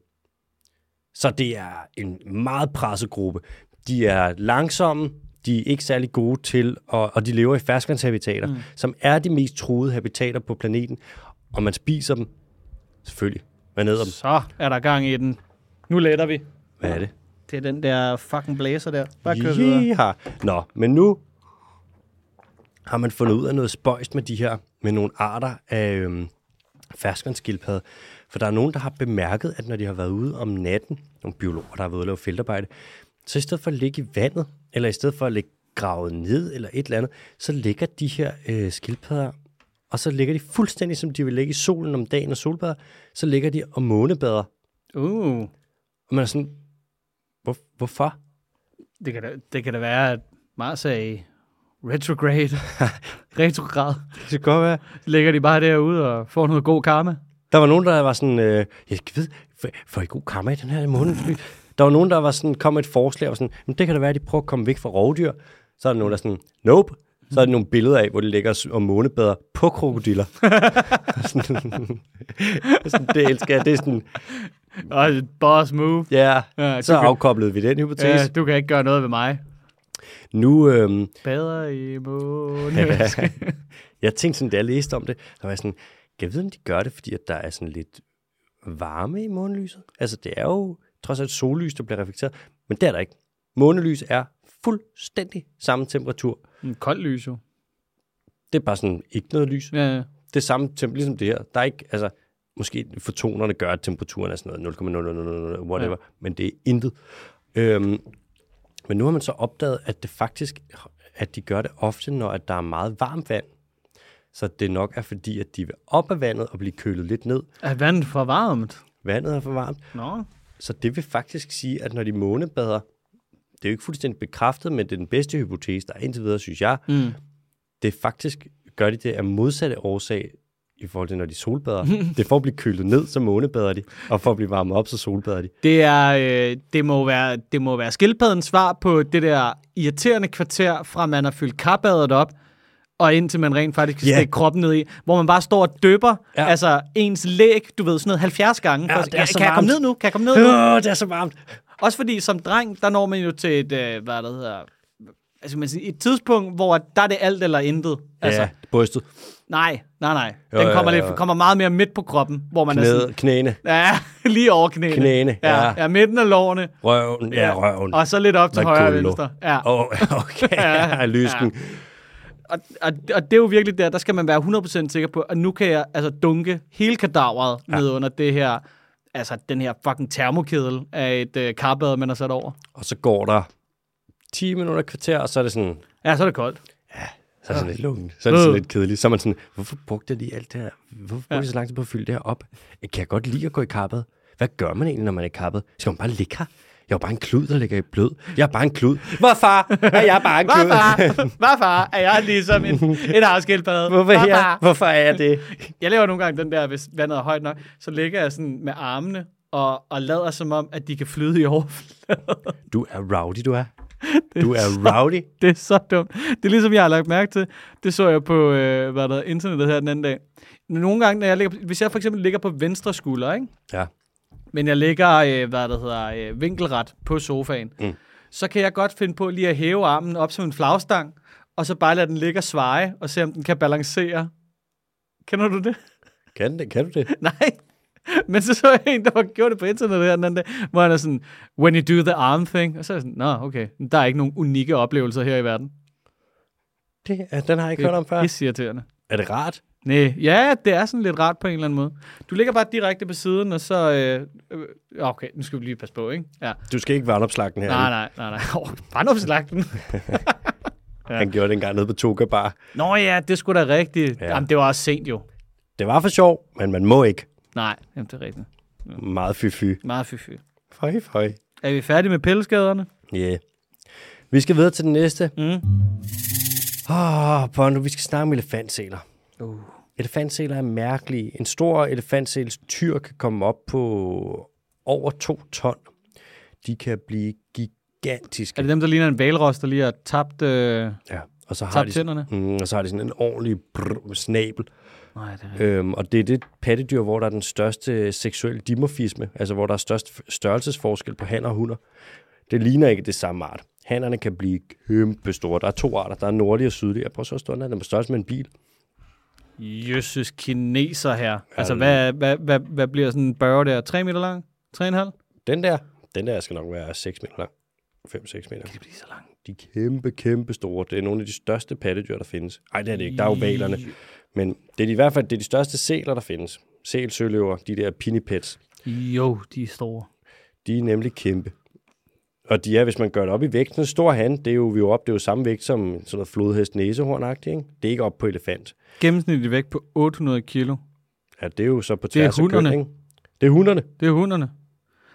Så det er en meget presset gruppe. De er langsomme, de er ikke særlig gode til, og, og de lever i ferskvandshabitater, mm. som er de mest truede habitater på planeten. Og man spiser dem, selvfølgelig. Man æder dem.
Så er der gang i den. Nu letter vi.
Hvad er det?
Det er den der fucking blæser der. Bare kør videre.
Yeeha. Nå, men nu har man fundet ud af noget spøjst med de her, med nogle arter af øhm, ferskvandsskildpadde. For der er nogen, der har bemærket, at når de har været ude om natten, nogle biologer, der har været ude og lave feltarbejde, så i stedet for at ligge i vandet, eller i stedet for at ligge gravet ned, eller et eller andet, så ligger de her øh, skildpadder, og så ligger de fuldstændig, som de vil ligge i solen om dagen og solbader, så ligger de og månebader.
Uh,
Og man er sådan, hvor, hvorfor?
det kan, da, det kan da være, at Mars er i retrograde. Retrograd.
Det kan godt være.
Så ligger de bare derude og får noget god karma.
Der var nogen, der var sådan, øh, jeg ved, f- får I god karma i den her måned? Der var nogen, der var sådan, kom med et forslag, og sådan, men det kan da være, at de prøver at komme væk fra rovdyr. Så er der nogen, der er sådan, nope. Så er der nogle billeder af, hvor de ligger og s- og månebader på krokodiller. sådan, sådan, det elsker jeg. Det er sådan,
Og et boss move.
ja,
Ja,
yeah.
det
så
kan-
afkoblede vi den hypotese.
Ja, du kan ikke gøre noget ved mig.
Nu, øhm,
Bader i måne.
jeg tænkte sådan, da jeg læste om det, så var jeg sådan, kan jeg vide, om de gør det, fordi at der er sådan lidt varme i månelyset? Altså, det er jo trods alt sollys, der bliver reflekteret, men det er der ikke. Månelys er fuldstændig samme temperatur.
en kold lys jo.
Det er bare sådan ikke noget lys.
Ja, ja.
Det er samme temperatur, ligesom det her. Der er ikke, altså, måske fotonerne gør, at temperaturen er sådan noget 0,000, whatever, ja. men det er intet. Øhm, men nu har man så opdaget, at det faktisk, at de gør det ofte, når at der er meget varmt vand. Så det nok er fordi, at de vil op af vandet og blive kølet lidt ned.
Er vandet for varmt?
Vandet er for varmt.
Nå.
Så det vil faktisk sige, at når de månebader, det er jo ikke fuldstændig bekræftet, men det er den bedste hypotese, der er indtil videre, synes jeg.
Mm.
Det er faktisk, gør de det af modsatte årsag i forhold til, når de solbader. det er for at blive kølet ned, så månebader de, og for at blive varmet op, så solbader de.
Det, er, øh, det, må være, det må være skildpaddens svar på det der irriterende kvarter, fra man har fyldt karbadet op, og indtil man rent faktisk kan
Ja.
yeah. stikke kroppen ned i, hvor man bare står og døber,
Ja.
ja. altså ens læg, du ved, sådan noget 70 gange.
Ja,
Ja,
det er
kan,
så
kan jeg komme
varmt."
ned nu? Kan jeg komme ned nu?
Åh, det er så varmt.
Også fordi som dreng, der når man jo til et, øh, hvad det hedder, altså man siger, et tidspunkt, hvor der er det alt eller intet. Altså,
Ja, brystet.
nej, nej, nej.
Jo,
Den
jo,
kommer,
jo, jo.
lidt, kommer meget mere midt på kroppen, hvor man er sådan,
Knæet, knæene,
Ja, lige over knæene.
Knæene, ja.
ja. Ja, midten af lårene.
røven, ja, røven.
Og så lidt op til
Like
højre og
Gullo.
venstre. Ja. Og,
Åh, okay,
Ja,
ja, lysken.
og, og det er jo virkelig der, der skal man være 100% sikker på, at nu kan jeg altså dunke hele kadaveret ja. ned under det her, altså den her fucking termokedel af et øh, karbad, man har sat over.
Og så går der 10 minutter kvarter, og så er det sådan,
Ja, så er det koldt.
så er det sådan lidt lungt. Så er det sådan
Øh.
lidt kedeligt. Så er man sådan, hvorfor brugte jeg lige alt det her? Hvorfor brugte jeg så lang tid på at fylde det her op? Kan jeg godt lide at gå i kappet? Hvad gør man egentlig, når man er i kappet? Skal man bare ligge her? Jeg er jo bare en klud, der ligger i blød. Jeg er bare en klud. Hvor far? Er jeg bare en klud?
Hvad far? Hvad far? Er jeg ligesom en, en havskildpadde?
Hvorfor,
Hvad,
er jeg,
far?
hvorfor er jeg det?
Jeg laver nogle gange den der, hvis vandet er højt nok, så ligger jeg sådan med armene og, og lader som om, at de kan flyde i overfladen.
Du er rowdy, du er. Du er rowdy.
Det er så dumt. Det er ligesom, jeg har lagt mærke til. Det så jeg på øh, hvad der, internettet her den anden dag. Nogle gange, når jeg ligger, hvis jeg for eksempel ligger på venstre skulder, ikke?
Ja.
men jeg ligger øh, hvad der hedder, øh, vinkelret på sofaen, mm. så kan jeg godt finde på lige at hæve armen op som en flagstang, og så bare lade den ligge og sveje, og se om den kan balancere. Kender du det?
Kan, det, kan du det?
Nej. Men så så jeg en, der var gjort det på internettet her den anden dag, hvor han er sådan, when you do the arm thing, og så er jeg sådan, nå, okay, der er ikke nogen unikke oplevelser her i verden.
det er- den har jeg ikke
Det
hørt om
er
før.
pisseirriterende.
Er det rart?
Nej, ja, det er sådan lidt rart på en eller anden måde. Du ligger bare direkte på siden, og så... Øh, øh, okay, nu skal vi lige passe på, ikke? Ja.
Du skal ikke være opslagten her.
Nej, nej, nej, nej. Oh, Brandopslagten.
Han gjorde det engang nede på Toga Bar.
Nå ja, det skulle da rigtigt.
Ja.
Ja. Jamen, det var også sent jo.
Det var for sjov, men man må ikke.
Nej, jamen, det er rigtigt.
Meget fy-fy.
Meget fy, fy.
Føj, føj.
Er vi færdige med pilleskaderne?
Ja. Yeah. Vi skal videre til den næste.
Mm.
Åh, oh, Bondo, vi skal snakke om elefantseler. Uh. Elefantseler er mærkelige. En stor elefantsels tyr kan komme op på over to ton. De kan blive gigantiske.
Er det dem, der ligner en valros, der lige har tabt, øh,
Ja, og så har
tabt
de,
tænderne?
mm, og så har de sådan en ordentlig brr, snabel.
Nej, det er rigtigt.
Øhm, og det er det pattedyr, hvor der er den største seksuelle dimorfisme, altså hvor der er størst størrelsesforskel på hanner og hunder. Det ligner ikke det samme art. Hannerne kan blive kæmpe store. Der er to arter. Der er nordlige og sydlige. Jeg prøver så at stå den er på størrelse med en bil.
Jøsses kineser her. Altså, hvad, hvad, hvad, hvad bliver sådan en børge der? 3 meter lang? 3,5?
Den der, den der skal nok være 6 meter lang. 5-6 meter.
Det bliver så langt.
De er kæmpe, kæmpe store. Det er nogle af de største pattedyr, der findes. Nej, det er det ikke. Der er jo valerne. Men det er de, i hvert fald det er de største sæler, der findes. Sæl, søløver, de der pinnipeds.
Jo, de er store.
De er nemlig kæmpe. Og de er, hvis man gør det op i vægt, en stor han, det er jo, vi er jo op, det er jo samme vægt som sådan noget flodhest næsehorn ikke? Det er ikke op på elefant.
Gennemsnitlig vægt på 800 kilo.
Ja, det er jo så på
er
tværs af køn,
hunderne.
ikke? Det er hunderne.
Det er hunderne.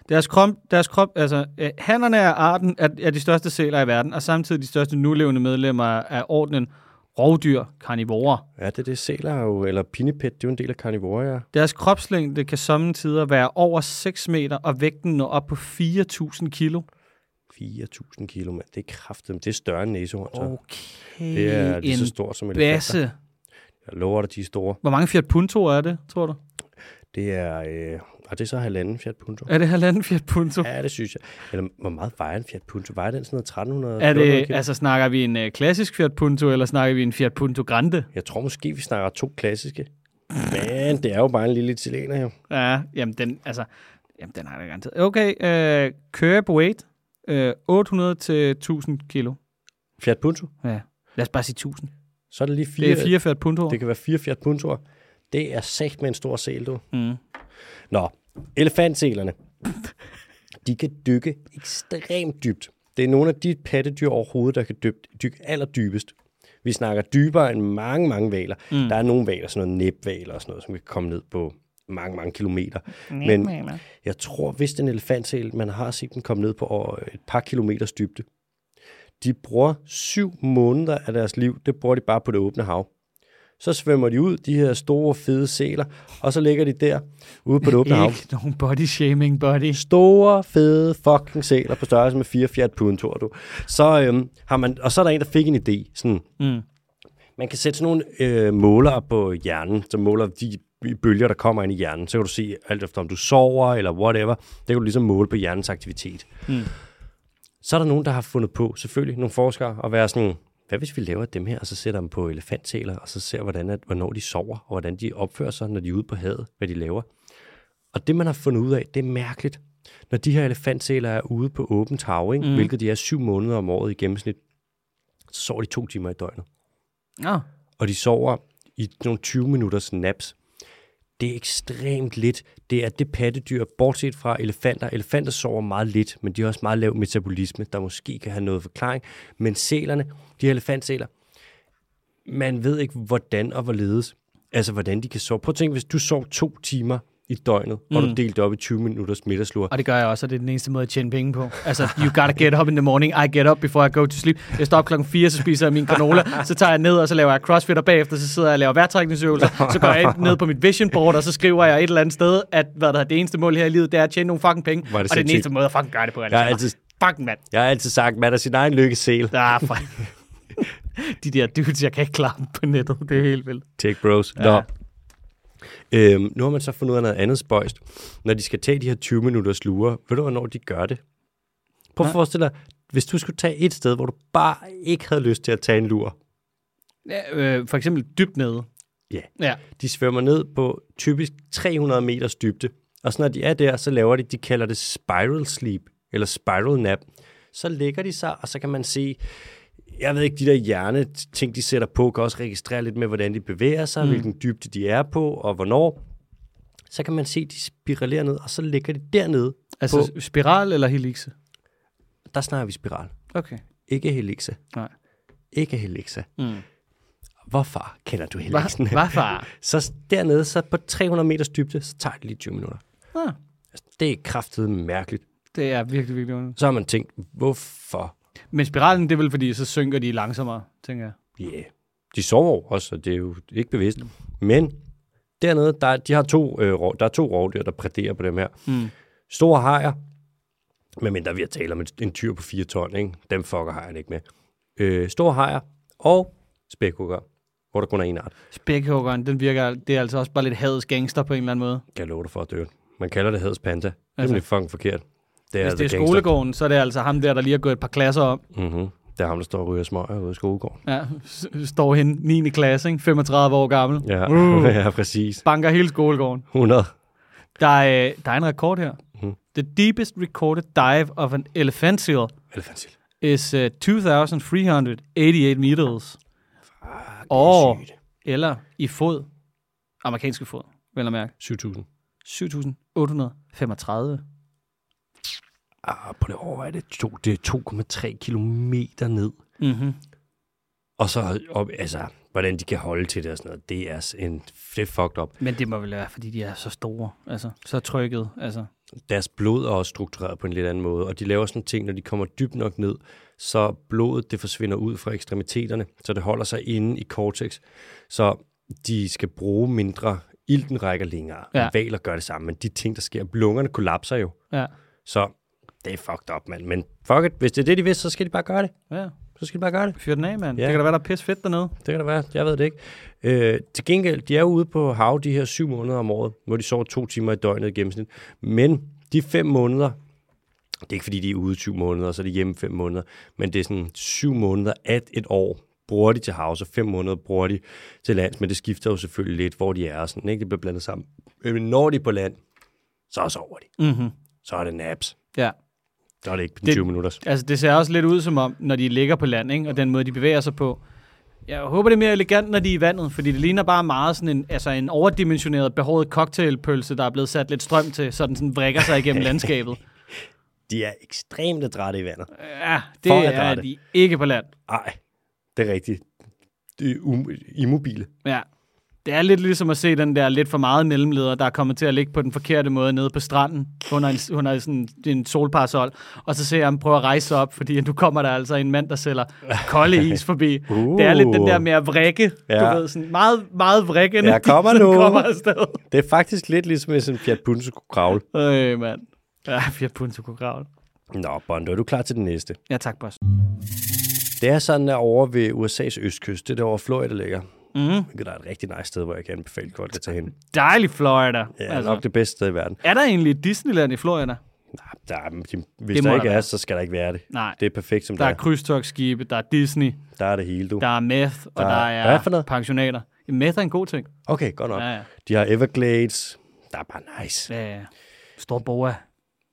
Deres krop, deres krop altså, øh, hannerne er arten er, er de største sæler i verden, og samtidig de største nulevende medlemmer af ordenen rovdyr, karnivorer.
Ja, det er det. Sæler er jo, eller pinniped, det er jo en del af karnivorer, ja.
Deres kropslængde kan sommetider være over 6 meter, og vægten når op på 4.000 kilo.
4.000 kilo, mand. Det er kraftigt. Det er større end næsehorn, så.
Okay,
det er lige så
en
stort som elefanter.
basse.
Jeg lover dig, de er store.
Hvor mange Fiat Punto er det, tror du?
Det er, øh, og det er så halvanden Fiat Punto.
Er det halvanden Fiat Punto?
Ja, det synes jeg. Eller, hvor meget vejer en Fiat Punto? Vejer den sådan noget 1300?
Er
1400
det,
kilo?
altså snakker vi en øh, klassisk Fiat Punto, eller snakker vi en Fiat Punto Grande?
Jeg tror måske, vi snakker to klassiske. Men det er jo bare en lille italiener, jo.
Ja, jamen den, altså, jamen den har jeg da garanteret. Okay, øh, curb weight, øh, 800 til 1000 kilo.
Fiat Punto.
Ja. Lad os bare sige 1000.
Så er det lige fire.
Det er 44 pund
det kan være fire Fiat Puntoer. Det er sagt med en stor sel, du.
Mm.
Nå, elefantselerne. De kan dykke ekstremt dybt. Det er nogle af de pattedyr overhovedet, der kan dybt, dykke allerdybest. Vi snakker dybere end mange, mange valer. Mm. Der er nogle valer, sådan noget næbvaler og sådan noget, som kan komme ned på mange, mange kilometer. Men jeg tror, hvis den elefantsel, man har set den komme ned på over et par kilometers dybde, de bruger syv måneder af deres liv, det bruger de bare på det åbne hav. Så svømmer de ud, de her store, fede sæler, og så ligger de der ude på det åbne hav.
Ikke nogen body shaming, buddy.
Store, fede fucking sæler på størrelse med 4 Fiat Punto, du. Så, øhm, har man, og så er der en, der fik en idé. Sådan,
Mm.
man kan sætte sådan nogle øh, målere på hjernen, som måler de bølger, der kommer ind i hjernen. Så kan du se alt efter, om du sover eller whatever. Det kan du ligesom måle på hjernens aktivitet. Mm. Så er der nogen, der har fundet på, selvfølgelig nogle forskere, at være sådan, hvad hvis vi laver dem her, og så sætter dem på elefantsæler, og så ser, hvordan at, hvornår de sover, og hvordan de opfører sig, når de er ude på havet, hvad de laver. Og det, man har fundet ud af, det er mærkeligt. Når de her elefantsæler er ude på åbent hav, ikke, mm. hvilket de er syv måneder om året i gennemsnit, så sover de to timer i døgnet
Ja.
og de sover i nogle 20 minutters naps. Det er ekstremt lidt. Det er det pattedyr, bortset fra elefanter. Elefanter sover meget lidt, men de har også meget lav metabolisme, der måske kan have noget forklaring. Men sælerne, de her elefantsæler, man ved ikke, hvordan og hvorledes. Altså, hvordan de kan sove. Prøv at tænke, hvis du sov to timer i døgnet, mm. og du delte op i 20 minutters middagslur.
Og det gør jeg også, og det er den eneste måde at tjene penge på. Altså, you gotta get up in the morning, I get up before I go to sleep. Jeg står op klokken 4, så spiser jeg min granola, så tager jeg ned, og så laver jeg crossfit, og bagefter så sidder jeg og laver vejrtrækningsøvelser, så går jeg ned på mit vision board, og så skriver jeg et eller andet sted, at hvad der er det eneste mål her i livet, det er at tjene nogle fucking penge,
Var det
og det er den
sindssygt.
eneste måde at fucking gøre det på.
Jeg har
Altså.
altid,
Fucking mand.
jeg har altid sagt, man er sin egen lykkesæl.
Ah, for... De der dudes, jeg kan ikke klare dem på nettet, det er helt vildt.
Tech Bros. Ja. Nå. Øhm, nu har man så fundet ud af noget andet spøjst. Når de skal tage de her 20 minutters lure, ved du, hvornår de gør det? Prøv at forestille dig, hvis du skulle tage et sted, hvor du bare ikke havde lyst til at tage en lur.
Ja, øh, for eksempel dybt nede.
Ja.
Ja.
De svømmer ned på typisk 300 meters dybde, og så når de er der, så laver de, de kalder det spiral sleep, eller spiral nap. Så ligger de sig, og så kan man se, jeg ved ikke, de der hjerneting, de sætter på, kan også registrere lidt med, hvordan de bevæger sig, mm. hvilken dybde de er på, og hvornår. Så kan man se, de spiralerer ned, og så ligger de dernede.
Altså spiral eller helikse?
Der snakker vi spiral.
Okay.
Ikke helixa.
Nej.
Ikke helixa.
Mm.
Hvorfor kender du helixen?
Hvad, hvad far?
Så dernede, så på 300 meters dybde, så tager det lige 20 minutter.
Ah,
Altså, det er kraftedet mærkeligt.
det er virkelig, virkelig ondt.
Så har man tænkt, hvorfor?
Men spiralen, det er vel fordi, så synker de langsommere, tænker jeg.
Ja, yeah. de sover jo også, og det er jo ikke bevidst. Men dernede, der, er- de har to, øh, rov- der er to rovdyr, der præderer på dem her.
Mm.
Store hajer, medmindre vi har talt om en, en tyr på 4 ton, ikke? dem fucker hajerne ikke med. Øh, store hajer og spækhugger, hvor der kun er en art.
Spækhuggeren, den virker, det er altså også bare lidt hadets gangster på en eller anden måde.
Kan jeg love dig for at dø. Man kalder det hadspanta. Det er
Altså.
altså. fucking forkert. Det er,
Hvis det er
altså
skolegården, så er det altså ham der, der lige har gået et par klasser om.
Mm-hmm. Det er ham, der står og ryger smøger ude i skolegården.
Ja, s- står henne 9. klasse, ikke? 35 år gammel.
Ja, uh.
Uh.
ja, præcis.
Banker hele skolegården.
100.
Der er, øh, der er en rekord her.
Mhm.
The deepest recorded dive of an elephant seal
Elefantsil.
is uh, 2.388 meters.
Ah,
Åh. Eller i fod. Amerikanske fod, vel at mærke.
7.000.
7.835.
Ah, på det år er det, to, det er 2,3 kilometer ned.
Mm-hmm.
Og så, op, altså, hvordan de kan holde til det og sådan noget, det er, s- en, det er fucked up.
Men det må vel være, fordi de er så store, altså så trykket, altså.
Deres blod er også struktureret på en lidt anden måde, og de laver sådan en ting, når de kommer dybt nok ned, så blodet det forsvinder ud fra ekstremiteterne, så det holder sig inde i cortex, så de skal bruge mindre, ilten rækker længere,
Ja.
ja. valer gør det samme, men de ting, der sker, lungerne kollapser jo,
Ja.
så det er fucked up, mand. Men fuck it, hvis det er det, de vidste, så skal de bare gøre det.
Ja,
Så skal de bare gøre det.
fyr den af, mand. Ja.
Ja.
Det kan da være, der er pis fedt dernede.
Det kan det være. Jeg ved det ikke. Øh, til gengæld, de er jo ude på hav de her syv måneder om året, hvor de sover to timer i døgnet i gennemsnit. Men de fem måneder, det er ikke fordi, de er ude syv måneder, og så er de hjemme fem måneder, men det er sådan syv måneder at et år bruger de til havs, og fem måneder bruger de til lands, men det skifter jo selvfølgelig lidt, hvor de er, og sådan, ikke? det bliver blandet sammen. Øh, Men når de er på land, så sover de.
Mm-hmm.
Så er det naps.
Ja,
Så er det ikke på
Det-
20 minutter.
altså det ser også lidt ud som om, når de ligger på land, ikke? og den måde, de bevæger sig på. Jeg håber, det er mere elegant, når de er i vandet, fordi det ligner bare meget sådan en, altså en overdimensioneret, behåret cocktailpølse, der er blevet sat lidt strøm til, så den sådan vrikker sig igennem landskabet.
De er ekstremt adrætte i vandet.
Ja, det
For at
er
rette.
de ikke på land.
Nej, det er rigtigt. Det er um- immobile.
Ja, Det er lidt ligesom at se den der lidt for meget mellemleder, der er kommet til at ligge på den forkerte måde nede på stranden under en, under sådan en solparasol. Og så ser jeg ham prøve at rejse sig op, fordi nu kommer der altså en mand, der sælger kolde is forbi. Uh. Det er lidt den der med at vrikke. Ja.
Ja.
Du ved, sådan meget, meget vrikke, når
Jeg kommer
de sådan
nu.
kommer afsted.
Det er faktisk lidt ligesom, hvis en Fiat Punto skulle kravle.
Øh, mand. Ja, vi har punto kunne grave.
Nå, Bondo, er du klar til den næste?
Ja, tak, boss.
Det er sådan, at over ved USA's østkyst, det er der, hvor Florida ligger.
Mm.
Hvilket er et rigtig nice sted, hvor jeg kan anbefale folk at tage hen.
Dejlig Florida.
Ja, altså. nok det bedste sted i verden.
Er der egentlig et Disneyland i Florida?
Nej, der, er- de, hvis
Det
det der
må der
ikke er,
være.
så skal der ikke være det.
Nej.
Det er perfekt, som
Der
der,
er krydstogsskibe, der er Disney,
Der er det hele, du.
der er meth, og
Der-
der
Hvad for
er
noget?
pensionater. Ja, Meth er en god ting.
Okay, godt nok.
Ja, ja.
De har Everglades. Der er bare nice.
Ja, ja. Stor boa.
Uh,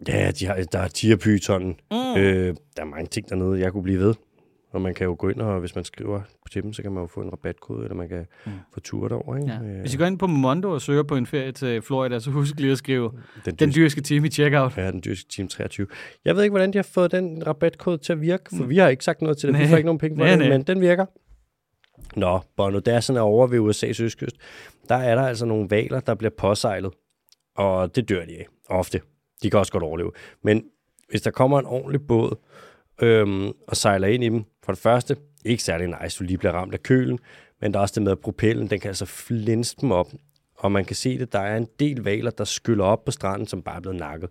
Ja, de har, der er tierpytonen. Mm. Øh, der er mange ting dernede, jeg kunne blive ved. Og man kan jo gå ind, og hvis man skriver til dem, så kan man jo få en rabatkode, eller man kan mm. få tur derover. Ikke?
Ja.
Øh,
Hvis I går ind på Mondo og søger på en ferie til Florida, så husk lige at skrive
den,
den
den,
dyrske time i checkout.
ja, den dyrske team 23. Jeg ved ikke, hvordan de har fået den rabatkode til at virke, for vi har ikke sagt noget til det. Vi
Mm. Nej.
får ikke nogen penge for
Nej,
det,
nej.
men den virker. Nå, Bono, der er sådan at over ved USA's østkyst. Der er der altså nogle valer, der bliver påsejlet, og det dør de af, ofte. De kan også godt overleve. Men hvis der kommer en ordentlig båd øhm, og sejler ind i dem, for det første, ikke særlig nice, du lige bliver ramt af kølen, men der er også det med, at propellen, den kan altså flænse dem op, og man kan se det, der er en del valer, der skyller op på stranden, som bare er blevet nakket.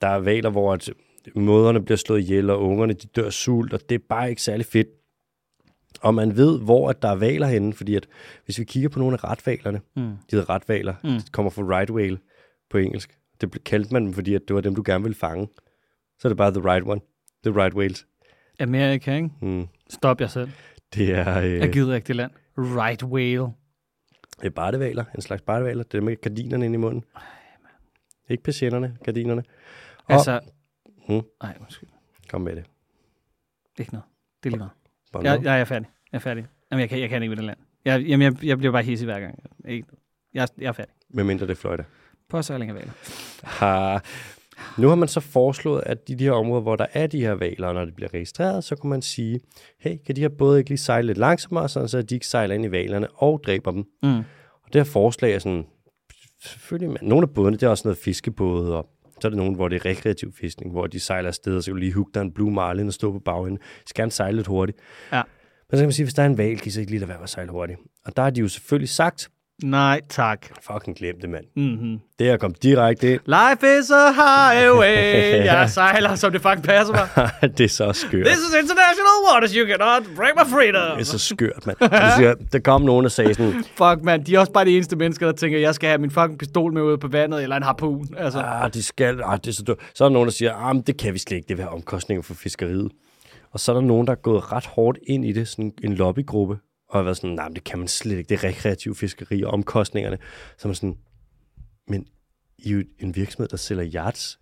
Der er valer, hvor at møderne bliver slået ihjel, og ungerne de dør af sult, og det er bare ikke særlig fedt. Og man ved, hvor at der er valer henne, fordi at hvis vi kigger på nogle af retvalerne, mm. de hedder retvaler, mm. de kommer fra right whale på engelsk. Det ble- kaldte man dem, fordi at det var dem, du gerne ville fange. Så er det bare the right one, the right whales.
Amerika, ikke?
Mm.
Stop jer selv.
Det er, øh,
Jeg gider ikke det land. Right whale.
det er bartevaler, en slags bartevaler. Det er dem med gardinerne inde i munden. Ikke patienterne, gardinerne. Og-
Altså...
Mm.
Nej, undskyld.
Kom med det.
Ikke noget. Det er lige meget.
Bono.
Jeg, jeg er færdig. Jeg er færdig. Jamen, jeg kan, jeg kan ikke med det land. Jeg, jamen, jeg, jeg bliver bare hissig hver gang. Ikke, jeg, jeg er færdig.
Med mindre det er fløjte.
Påsejling af valer.
har... Nu har man så foreslået, at i de her områder, hvor der er de her valer, og når det bliver registreret, så kunne man sige, hey, kan de her både ikke lige sejle lidt langsommere, sådan så de ikke sejler ind i valerne og dræber dem.
Mm.
Og det her forslag er sådan, selvfølgelig, man, nogle af bådene, det er også noget fiskebåde, og så er det nogen, hvor det er rekreativ fiskning, hvor de sejler afsted, og så kan du lige hugge dig en blue marlin og stå på bagenden. De skal gerne sejle lidt hurtigt.
Ja.
Men så kan man sige, hvis der er en val, kan I så ikke lige lade være med at sejle hurtigt. Og der har de jo selvfølgelig sagt,
Nej, tak.
fucking glem det, mand.
Mm-hmm.
Det er kommet direkte ind.
Life is a highway. Jeg sejler, som det fucking passer mig.
det er så skørt.
This is international waters. You cannot break my freedom.
Det er så skørt, mand. Jeg siger, der kom nogen og sagde sådan,
Fuck, mand. De er også bare de eneste mennesker, der tænker, jeg skal have min fucking pistol med ud på vandet, eller en harpun. Altså,
ah, de skal, ah, det er så dumt. Så er der nogen, der siger, ah, men det kan vi slet ikke, det vil have omkostninger for fiskeriet. Og så er der nogen, der er gået ret hårdt ind i det, sådan en lobbygruppe, og har været sådan, nej, men det kan man slet ikke, det er rekreativ fiskeri og omkostningerne. Så er man sådan, men I er jo en virksomhed, der sælger yachts.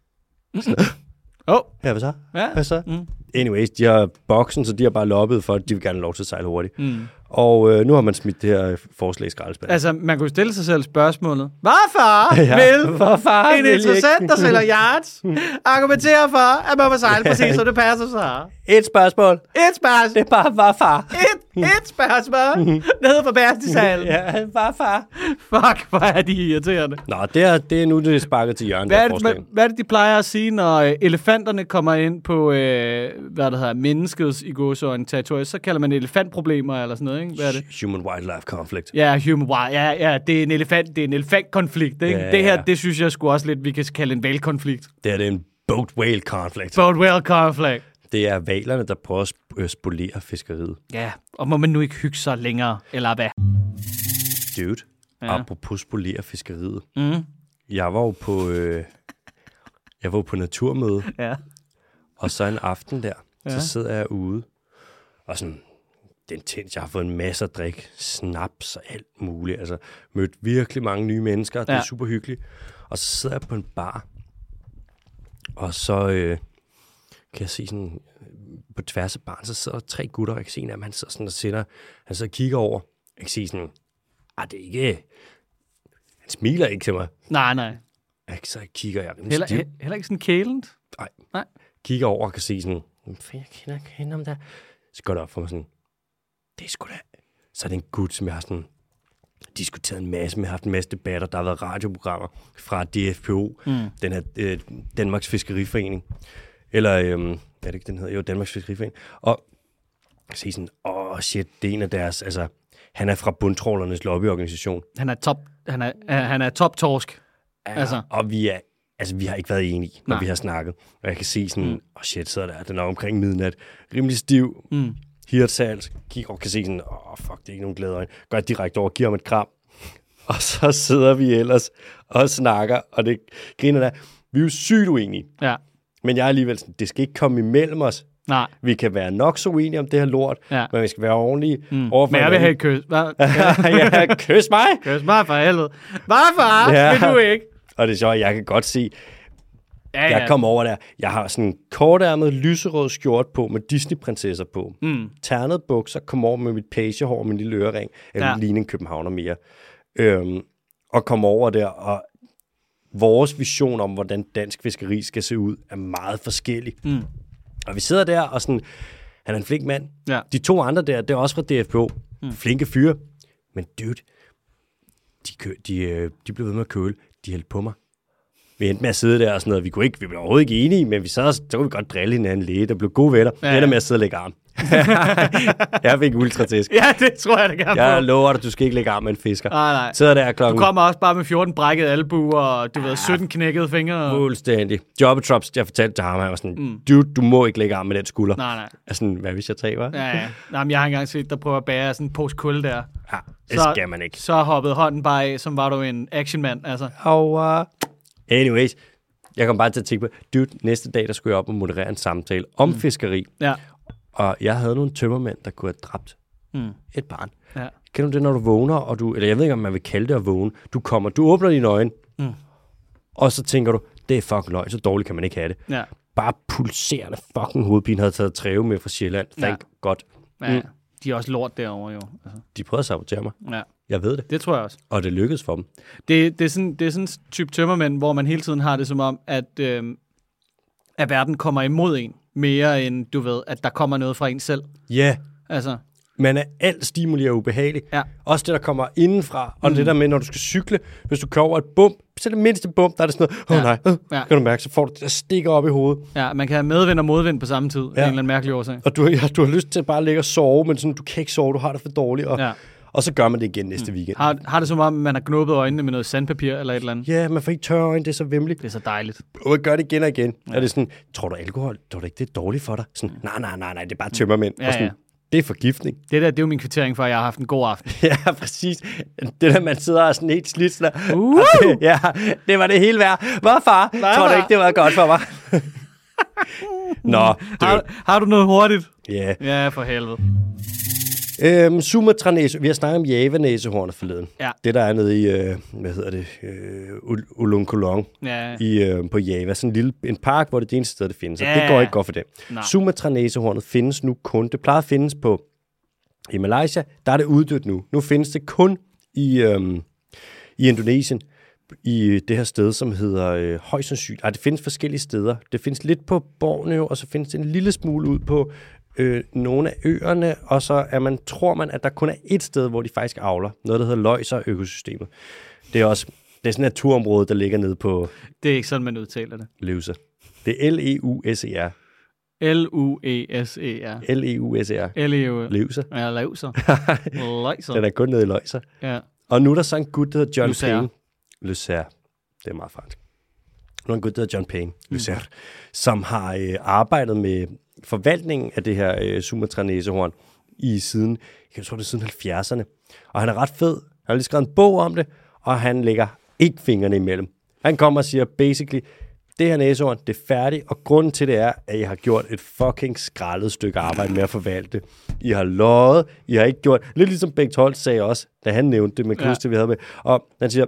oh,
Ja, hvad så?
Ja.
Hvad så? Mm. Anyways, de har boksen, så de har bare lobbet for, at de vil gerne have lov til at sejle hurtigt. Mm. Og øh, nu har man smidt det her forslag i skraldespanden.
altså, man kunne stille sig selv spørgsmålet. Hvorfor
Ja,
vil
hvorfor
en
vil I
interessant,
ikke?
der sælger yards, argumentere for, at man må sejle præcis, som det passer sig?
Et spørgsmål.
Et spørgsmål.
Det er bare, var far.
Et, et spørgsmål. Nede på Bærstisalen.
Ja, bare far.
Fuck, hvor er de irriterende.
Nå, det er, det er nu, det er sparket til hjørnet.
Hvad er,
Hvad,
det, hvad, hvad er det, de plejer at sige, når øh, elefanterne kommer ind på, øh, hvad det hedder, menneskets i gåsøjne territorie, så kalder man det elefantproblemer eller sådan noget, ikke? Hvad er det?
Human Wildlife Conflict.
Ja, human wild. Ja, ja, det er en elefant, det er en elefantkonflikt, ikke?
Ja,
det her,
ja.
det synes jeg sgu også lidt, vi kan kalde en valkonflikt.
Det er det er en boat whale conflict.
Boat whale conflict.
Det er valerne, der prøver at sp- øh, spolere fiskeriet.
Ja, og må man nu ikke hygge sig længere, eller hvad?
Dude,
Ja.
ja. apropos spolere fiskeriet.
Mm.
Jeg var jo på, øh, jeg var jo på naturmøde,
Ja.
og så en aften der, ja.
Ja.
så sidder jeg ude, og sådan, det er intens. Jeg har fået en masse at drikke, snaps og alt muligt. Altså, mødt virkelig mange nye mennesker. Det er
Ja.
super hyggeligt. Og så sidder jeg på en bar, og så øh, kan jeg se sådan, øh, på tværs af baren, så sidder der tre gutter, og jeg kan se en af dem, han sidder sådan og sender, han sidder og kigger over. Jeg kan se sådan, ah, det er ikke, han smiler ikke til mig.
Nej, nej.
Jeg, så kigger jeg, rimelig
Heller,
stiv.
he, heller ikke sådan kælent.
Nej.
Nej.
Kigger over og kan se sådan, "Hvem fanden, jeg kender ikke hende om der. Så går det op for mig sådan, det er sgu da. Så er det en gut, som jeg har sådan, diskuteret en masse, vi har haft en masse debatter, der har været radioprogrammer fra DFPO, mm. den her øh, Danmarks Fiskeriforening, eller, øh, hvad er det ikke, den hedder? Jo, Danmarks Fiskeriforening. Og jeg siger sådan, åh shit, det er en af deres, altså, han er fra bundtrålernes lobbyorganisation.
Han er top, han er, øh, han er top torsk. Altså.
Og vi er, altså, vi har ikke været enige, når
Nej.
vi har snakket. Og jeg kan se sådan, åh mm. oh shit, sidder der, den er omkring midnat, rimelig stiv, mm. hirtshals, kigger og kan se sådan, åh oh, fuck, det er ikke nogen glæde øjne. Går jeg direkte over, giver ham et kram. Og så sidder vi ellers og snakker, og det griner der. Vi er jo sygt uenige,
Ja.
men jeg er alligevel sådan, det skal ikke komme imellem os.
Nej.
Vi kan være nok så uenige om det her lort,
Ja.
men vi skal være ordentlige mm. overfor
Men jeg vil have et
hinanden.
kys. Hvad?
ja, kys mig!
Kys mig for helvede. Hvorfor
Ja.
ja. vil du ikke?
Og det er sjovt, jeg kan godt se,
Ja,
Jeg kom over der. Jeg har sådan en kortærmet lyserød skjort på med Disney-prinsesser på. Mm. Ternet bukser, kom over med mit pagehår og min lille ørering. Jeg ja.
Ja.
ville ligne en københavner mere. Øhm, og kom over der, og vores vision om, hvordan dansk fiskeri skal se ud, er meget forskellig. Mm. Og vi sidder der, og sådan, han er en flink mand.
Ja.
De to andre der, det er også fra DFPO. Mm. Flinke fyre. Men dude, de, kø, de, øh, de blev ved med at køle. De hældte på mig. Vi endte med at sidde der og sådan noget. Vi, kunne ikke, vi blev overhovedet ikke enige, men vi sad, og- så kunne vi godt drille hinanden lidt og blev gode venner. Ja.
Ja.
Vi ender med at sidde og lægge arm. jeg fik ultratæsk.
Ja, det tror jeg, det kan
Jeg
ja,
lover dig, du skal ikke lægge arm med en fisker.
Nej, nej.
Sidder der klokken
Du kommer også bare med 14 brækkede albuer, og du ved, 17 knækkede fingre. Og...
fuldstændig. Jobbetrops, jeg fortalte til ham, han var sådan, mm. dude, du må ikke lægge arm med den skulder.
Nej, nej.
Altså, sådan, hvad hvis jeg taber?
Ja, ja. Nej, men jeg har engang set, der prøver at bære sådan en pose kulde der.
ja det
Så-
skal man ikke.
Så hoppede hånden bare af, som var du en actionmand, altså.
Og uh... anyways, jeg kom bare til at tænke på, dude, næste dag, der skulle jeg op og moderere en samtale om mm. fiskeri.
Ja,
Og jeg havde nogle tømmermænd, der kunne have dræbt mm. et barn.
ja.
Kan du det, når du vågner, og du, eller jeg ved ikke, om man vil kalde det at vågne. Du kommer, du åbner dine øjne, mm. og så tænker du, det er fucking løgn, så dårligt kan man ikke have det.
Ja.
Bare pulserende fucking hovedpine havde taget træve med fra Sjælland. Thank ja. God.
ja. Mm. De er også lort derovre, jo. Altså.
De prøvede at sabotere mig.
Ja,
Jeg ved det.
det tror jeg også.
Og det lykkedes for dem.
Det, det, er sådan, det er sådan en type tømmermænd, hvor man hele tiden har det som om, at, øh, at verden kommer imod en mere end, du ved, at der kommer noget fra en selv.
Ja, yeah.
Altså,
man er alt stimuli er ubehagelig.
Ja.
Også det, der kommer indenfra. Og mm. det der med, når du skal cykle, hvis du kører over et bump, så det mindste bump, der er det sådan noget, åh oh,
Ja.
nej, øh,
Ja.
kan du mærke, så får du det, der stikker op i hovedet.
ja, man kan have medvind og modvind på samme tid, ja. af en eller anden mærkelig årsag.
Og du, ja, du har lyst til at bare ligge og sove, men sådan, du kan ikke sove, du har det for dårligt. Og,
Ja.
og så gør man det igen næste mm. weekend.
Har, har det som om, man har knuppet øjnene med noget sandpapir eller et eller andet.
Ja, man får ikke tørre øjne, det er så vemmeligt.
Det er så dejligt.
Og jeg gør det igen og igen. Ja. Er det sådan, tror du alkohol, tror du ikke, det er dårligt for dig? Sådan, nej, nej, nej, nej, det er bare tømmermænd.
Ja,
og sådan,
ja.
Det er forgiftning.
Det der, det er jo min kvittering for, at jeg har haft en god aften.
Ja, præcis. Det der, man sidder og er sådan helt slidt. sådan,
Uh!
Ja, det var det hele værd. Hvor far?
Nej,
Tror du
far.
ikke, det var godt for mig? Nå, det
Har, har du noget hurtigt?
Ja.
Ja, for helvede.
Øhm, Sumatra næse. Vi har snakket om Java-næsehornet forleden.
Ja.
Det, der er nede i, øh, hvad hedder det, øh, Ul- Ulunkolong
Ja.
i, øh, på Java. Sådan en lille en park, hvor det er det eneste sted, det findes. Ja.
Ja.
Det går ikke godt for dem.
Nej.
Sumatra næsehornet findes nu kun. Det plejer at findes på i Malaysia. Der er det uddødt nu. Nu findes det kun i, øhm, i Indonesien i øh, det her sted, som hedder øh, højst sandsynligt. Ej, det findes forskellige steder. Det findes lidt på Borneo, og så findes det en lille smule ud på øh, nogle af øerne, og så er man, tror man, at der kun er et sted, hvor de faktisk avler. Noget, der hedder løjser økosystemet. Det er også det er sådan et naturområde, der ligger nede på
Det er ikke sådan, man udtaler det.
Leuser. Det er E L-E-U-S-E-R.
E L-U-E-S-E-R.
E L-E-U-S-E-R.
L-E-U.
Leuser.
E Ja, lavser.
Den
Lejser.
er kun nede i løjser.
Ja.
Og nu er der så en gut, der hedder John
Lucerne.
Payne. Lucerne. Det er meget fransk. Nu er der en gut, der hedder John Payne, Lucerne, som har øh, arbejdet med forvaltningen af det her øh, Sumatra-næsehorn i siden, jeg tror det er siden 70'erne. Og han er ret fed. Han har lige skrevet en bog om det, og han lægger ikke fingrene imellem. Han kommer og siger basically, det her næsehorn, det er færdigt, og grunden til det er, at I har gjort et fucking skrællet stykke arbejde med at forvalte. I har løjet, I har ikke gjort, lidt ligesom Bengt Holt sagde også, da han nævnte det med
Ja.
Knuste, vi havde med. Og han siger,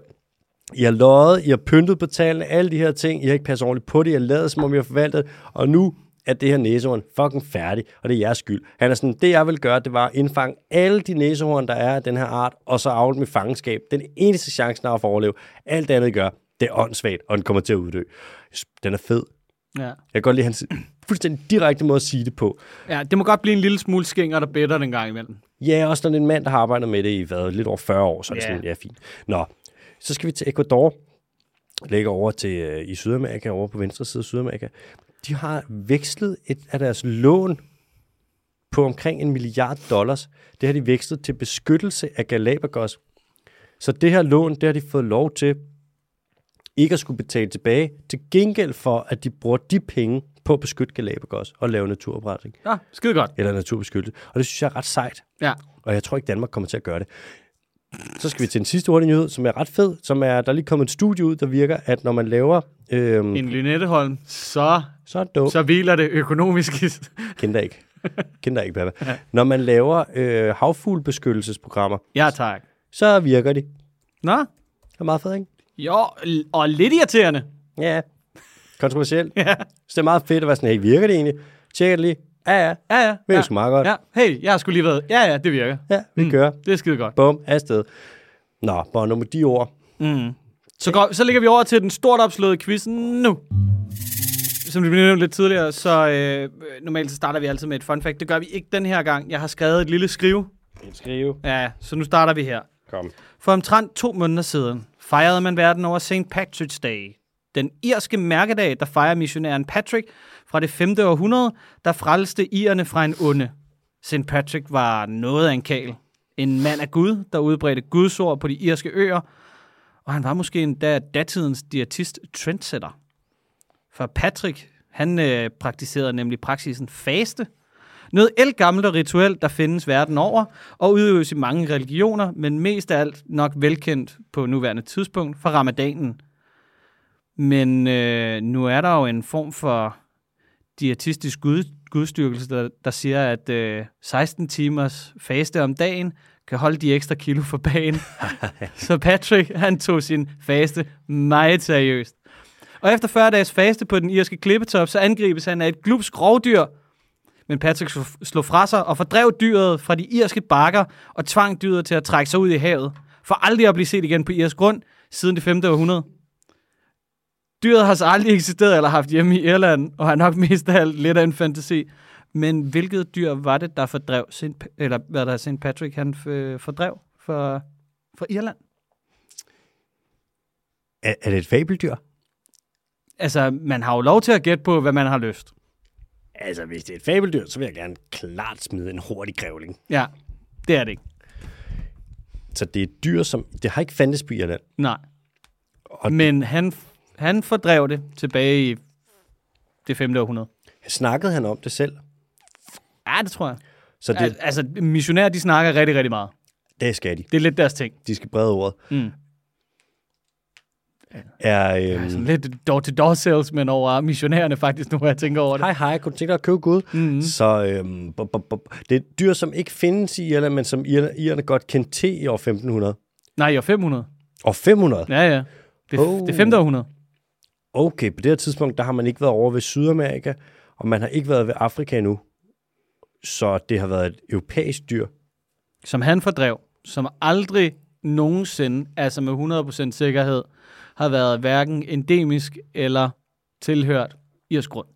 I har løjet, I har pyntet på tallene, alle de her ting, I har ikke passet ordentligt på det, I har lavet, som om I har forvaltet, og nu er det her næsehorn fucking færdig, og det er jeres skyld. Han er sådan, det jeg vil gøre, det var at indfange alle de næsehorn, der er af den her art, og så afle med fangenskab. Den eneste chance, der er for at overleve. Alt det andet I gør, det er åndssvagt, og den kommer til at uddø. Den er fed.
Ja.
Jeg kan godt lide hans fuldstændig direkte måde at sige det på.
Ja, det må godt blive en lille smule skænger, der bedre den gang imellem.
Ja, også når det er en mand, der har arbejdet med det i hvad, lidt over 40 år, så er det
Ja.
sådan, ja, fint. Nå, så skal vi til Ecuador, ligger over til øh, i Sydamerika, over på venstre side af Sydamerika. De har vekslet et af deres lån på omkring en milliard dollars. Det har de vekslet til beskyttelse af Galapagos. Så det her lån, det har de fået lov til ikke at skulle betale tilbage, til gengæld for, at de bruger de penge på at beskytte Galapagos og lave naturopretning
Ja, skide godt.
eller naturbeskyttelse. Og det synes jeg er ret sejt
Ja.
og jeg tror ikke, Danmark kommer til at gøre det. Så skal vi til den sidste hurtige nyhed, som er ret fed, som er, der er lige kommet et studie ud, der virker, at når man laver, øhm,
En Lynetteholm, så,
så er det dog,
så hviler det økonomisk i...
kender ikke, kender ikke, Baba. Når man laver øh, havfuglbeskyttelsesprogrammer,
Ja, tak.
så virker de. Det
Nå,
er meget fedt, ikke?
jo, l- og lidt irriterende.
Ja. Kontroversielt.
Ja,
Så det er meget fedt at være sådan, hey, virker det egentlig? Tjek det lige. Ja, ja,
ja, ja.
det er
ja.
sgu meget godt.
Ja, hey, jeg har sgu lige været... Ja, ja, det virker.
Ja, vi mm. kører.
Det er skide godt.
Bum, afsted. Nå, bare nu med de ord.
Så, går, så ligger vi over til den stort opslåede quiz nu. Som det blev nævnt lidt tidligere, så øh, normalt så starter vi altid med et fun fact. Det gør vi ikke den her gang. Jeg har skrevet et lille skrive.
Skrive.
Ja, så nu starter vi her.
Kom.
For omtrent to måneder siden fejrede man verden over St. Patrick's Day. Den irske mærkedag, der fejrer missionæren Patrick fra det 5. århundrede, der frelste irerne fra en onde. St. Patrick var noget af en kal. En mand af Gud, der udbredte Guds ord på de irske øer, og han var måske endda datidens diætist trendsetter. For Patrick, han øh, praktiserede nemlig praksisen faste, noget elgammelt og rituel, der findes verden over, og udøves i mange religioner, men mest af alt nok velkendt på nuværende tidspunkt for ramadanen. Men øh, nu er der jo en form for diætistisk gud, gudstyrkelse, der, der siger, at øh, 16 timers faste om dagen kan holde de ekstra kilo for bagen. Så Patrick, han tog sin faste meget seriøst. Og efter 40 dages faste på den irske klippetop, så angribes han af et glupsk rovdyr, men Patrick slo- slog fra sig og fordrev dyret fra de irske bakker og tvang dyret til at trække sig ud i havet, for aldrig at blive set igen på irsk grund siden det 5. århundrede. Dyret har så aldrig eksisteret eller haft hjemme i Irland, og har nok mest af alt lidt af en fantasi. Men hvilket dyr var det, der fordrev St. Pa- eller hvad der St. Patrick han øh, fordrev for, for Irland?
Er, er det et fabeldyr?
Altså, man har jo lov til at gætte på, hvad man har lyst.
Altså, hvis det er et fabeldyr, så vil jeg gerne klart smide en hurtig grævling.
Ja, det er det ikke.
Så det er et dyr, som... Det har ikke fandtes på Irland.
Nej.
Og-
Og Men han, han fordrev det tilbage i det 5. århundrede.
Snakkede han om det selv?
Ja, det tror jeg.
Så
Det...
det,
Altså, missionærer, de snakker rigtig, rigtig meget.
det skal de.
Det er lidt deres ting.
De skal brede ordet.
Mm.
Er,
Sådan
øhm,
lidt door-to-door salesman over missionærerne faktisk, nu hvor jeg tænker over det.
hej, hej, kunne du tænke dig at købe Gud? Mm-hmm. Så øhm, bop, bop, bop. det er et dyr, som ikke findes i Irland, men som irerne, irerne godt kendte til i år 1500.
Nej, jeg 500.
Og 500?
Ja, ja. Det,
Oh.
oh. det 5. århundrede.
Okay, på det her tidspunkt, der har man ikke været over ved Sydamerika, og man har ikke været ved Afrika endnu. Så det har været et europæisk dyr.
som han fordrev, som aldrig nogensinde, altså med 100% sikkerhed, har været hverken endemisk eller tilhørt irsk grund.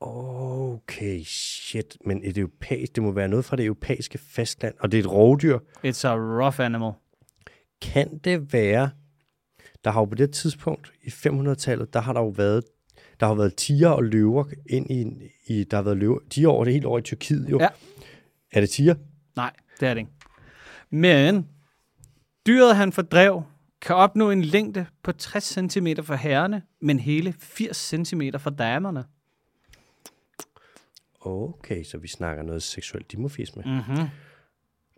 Okay, shit. Men et europæisk, det må være noget fra det europæiske fastland, og det er et rovdyr.
It's a rough animal.
Kan det være, der har jo på det tidspunkt i 500-tallet, der har der jo været, der har været tiger og løver ind i, i der har været løver, tiger over det helt over i Tyrkiet jo.
Ja.
Er det tiger?
Nej, det er det ikke. Men dyret, han fordrev, kan opnå en længde på 60 cm for herrene, men hele 80 cm for damerne.
Okay, så vi snakker noget seksuel dimorfisme. Mm.
Mm-hmm.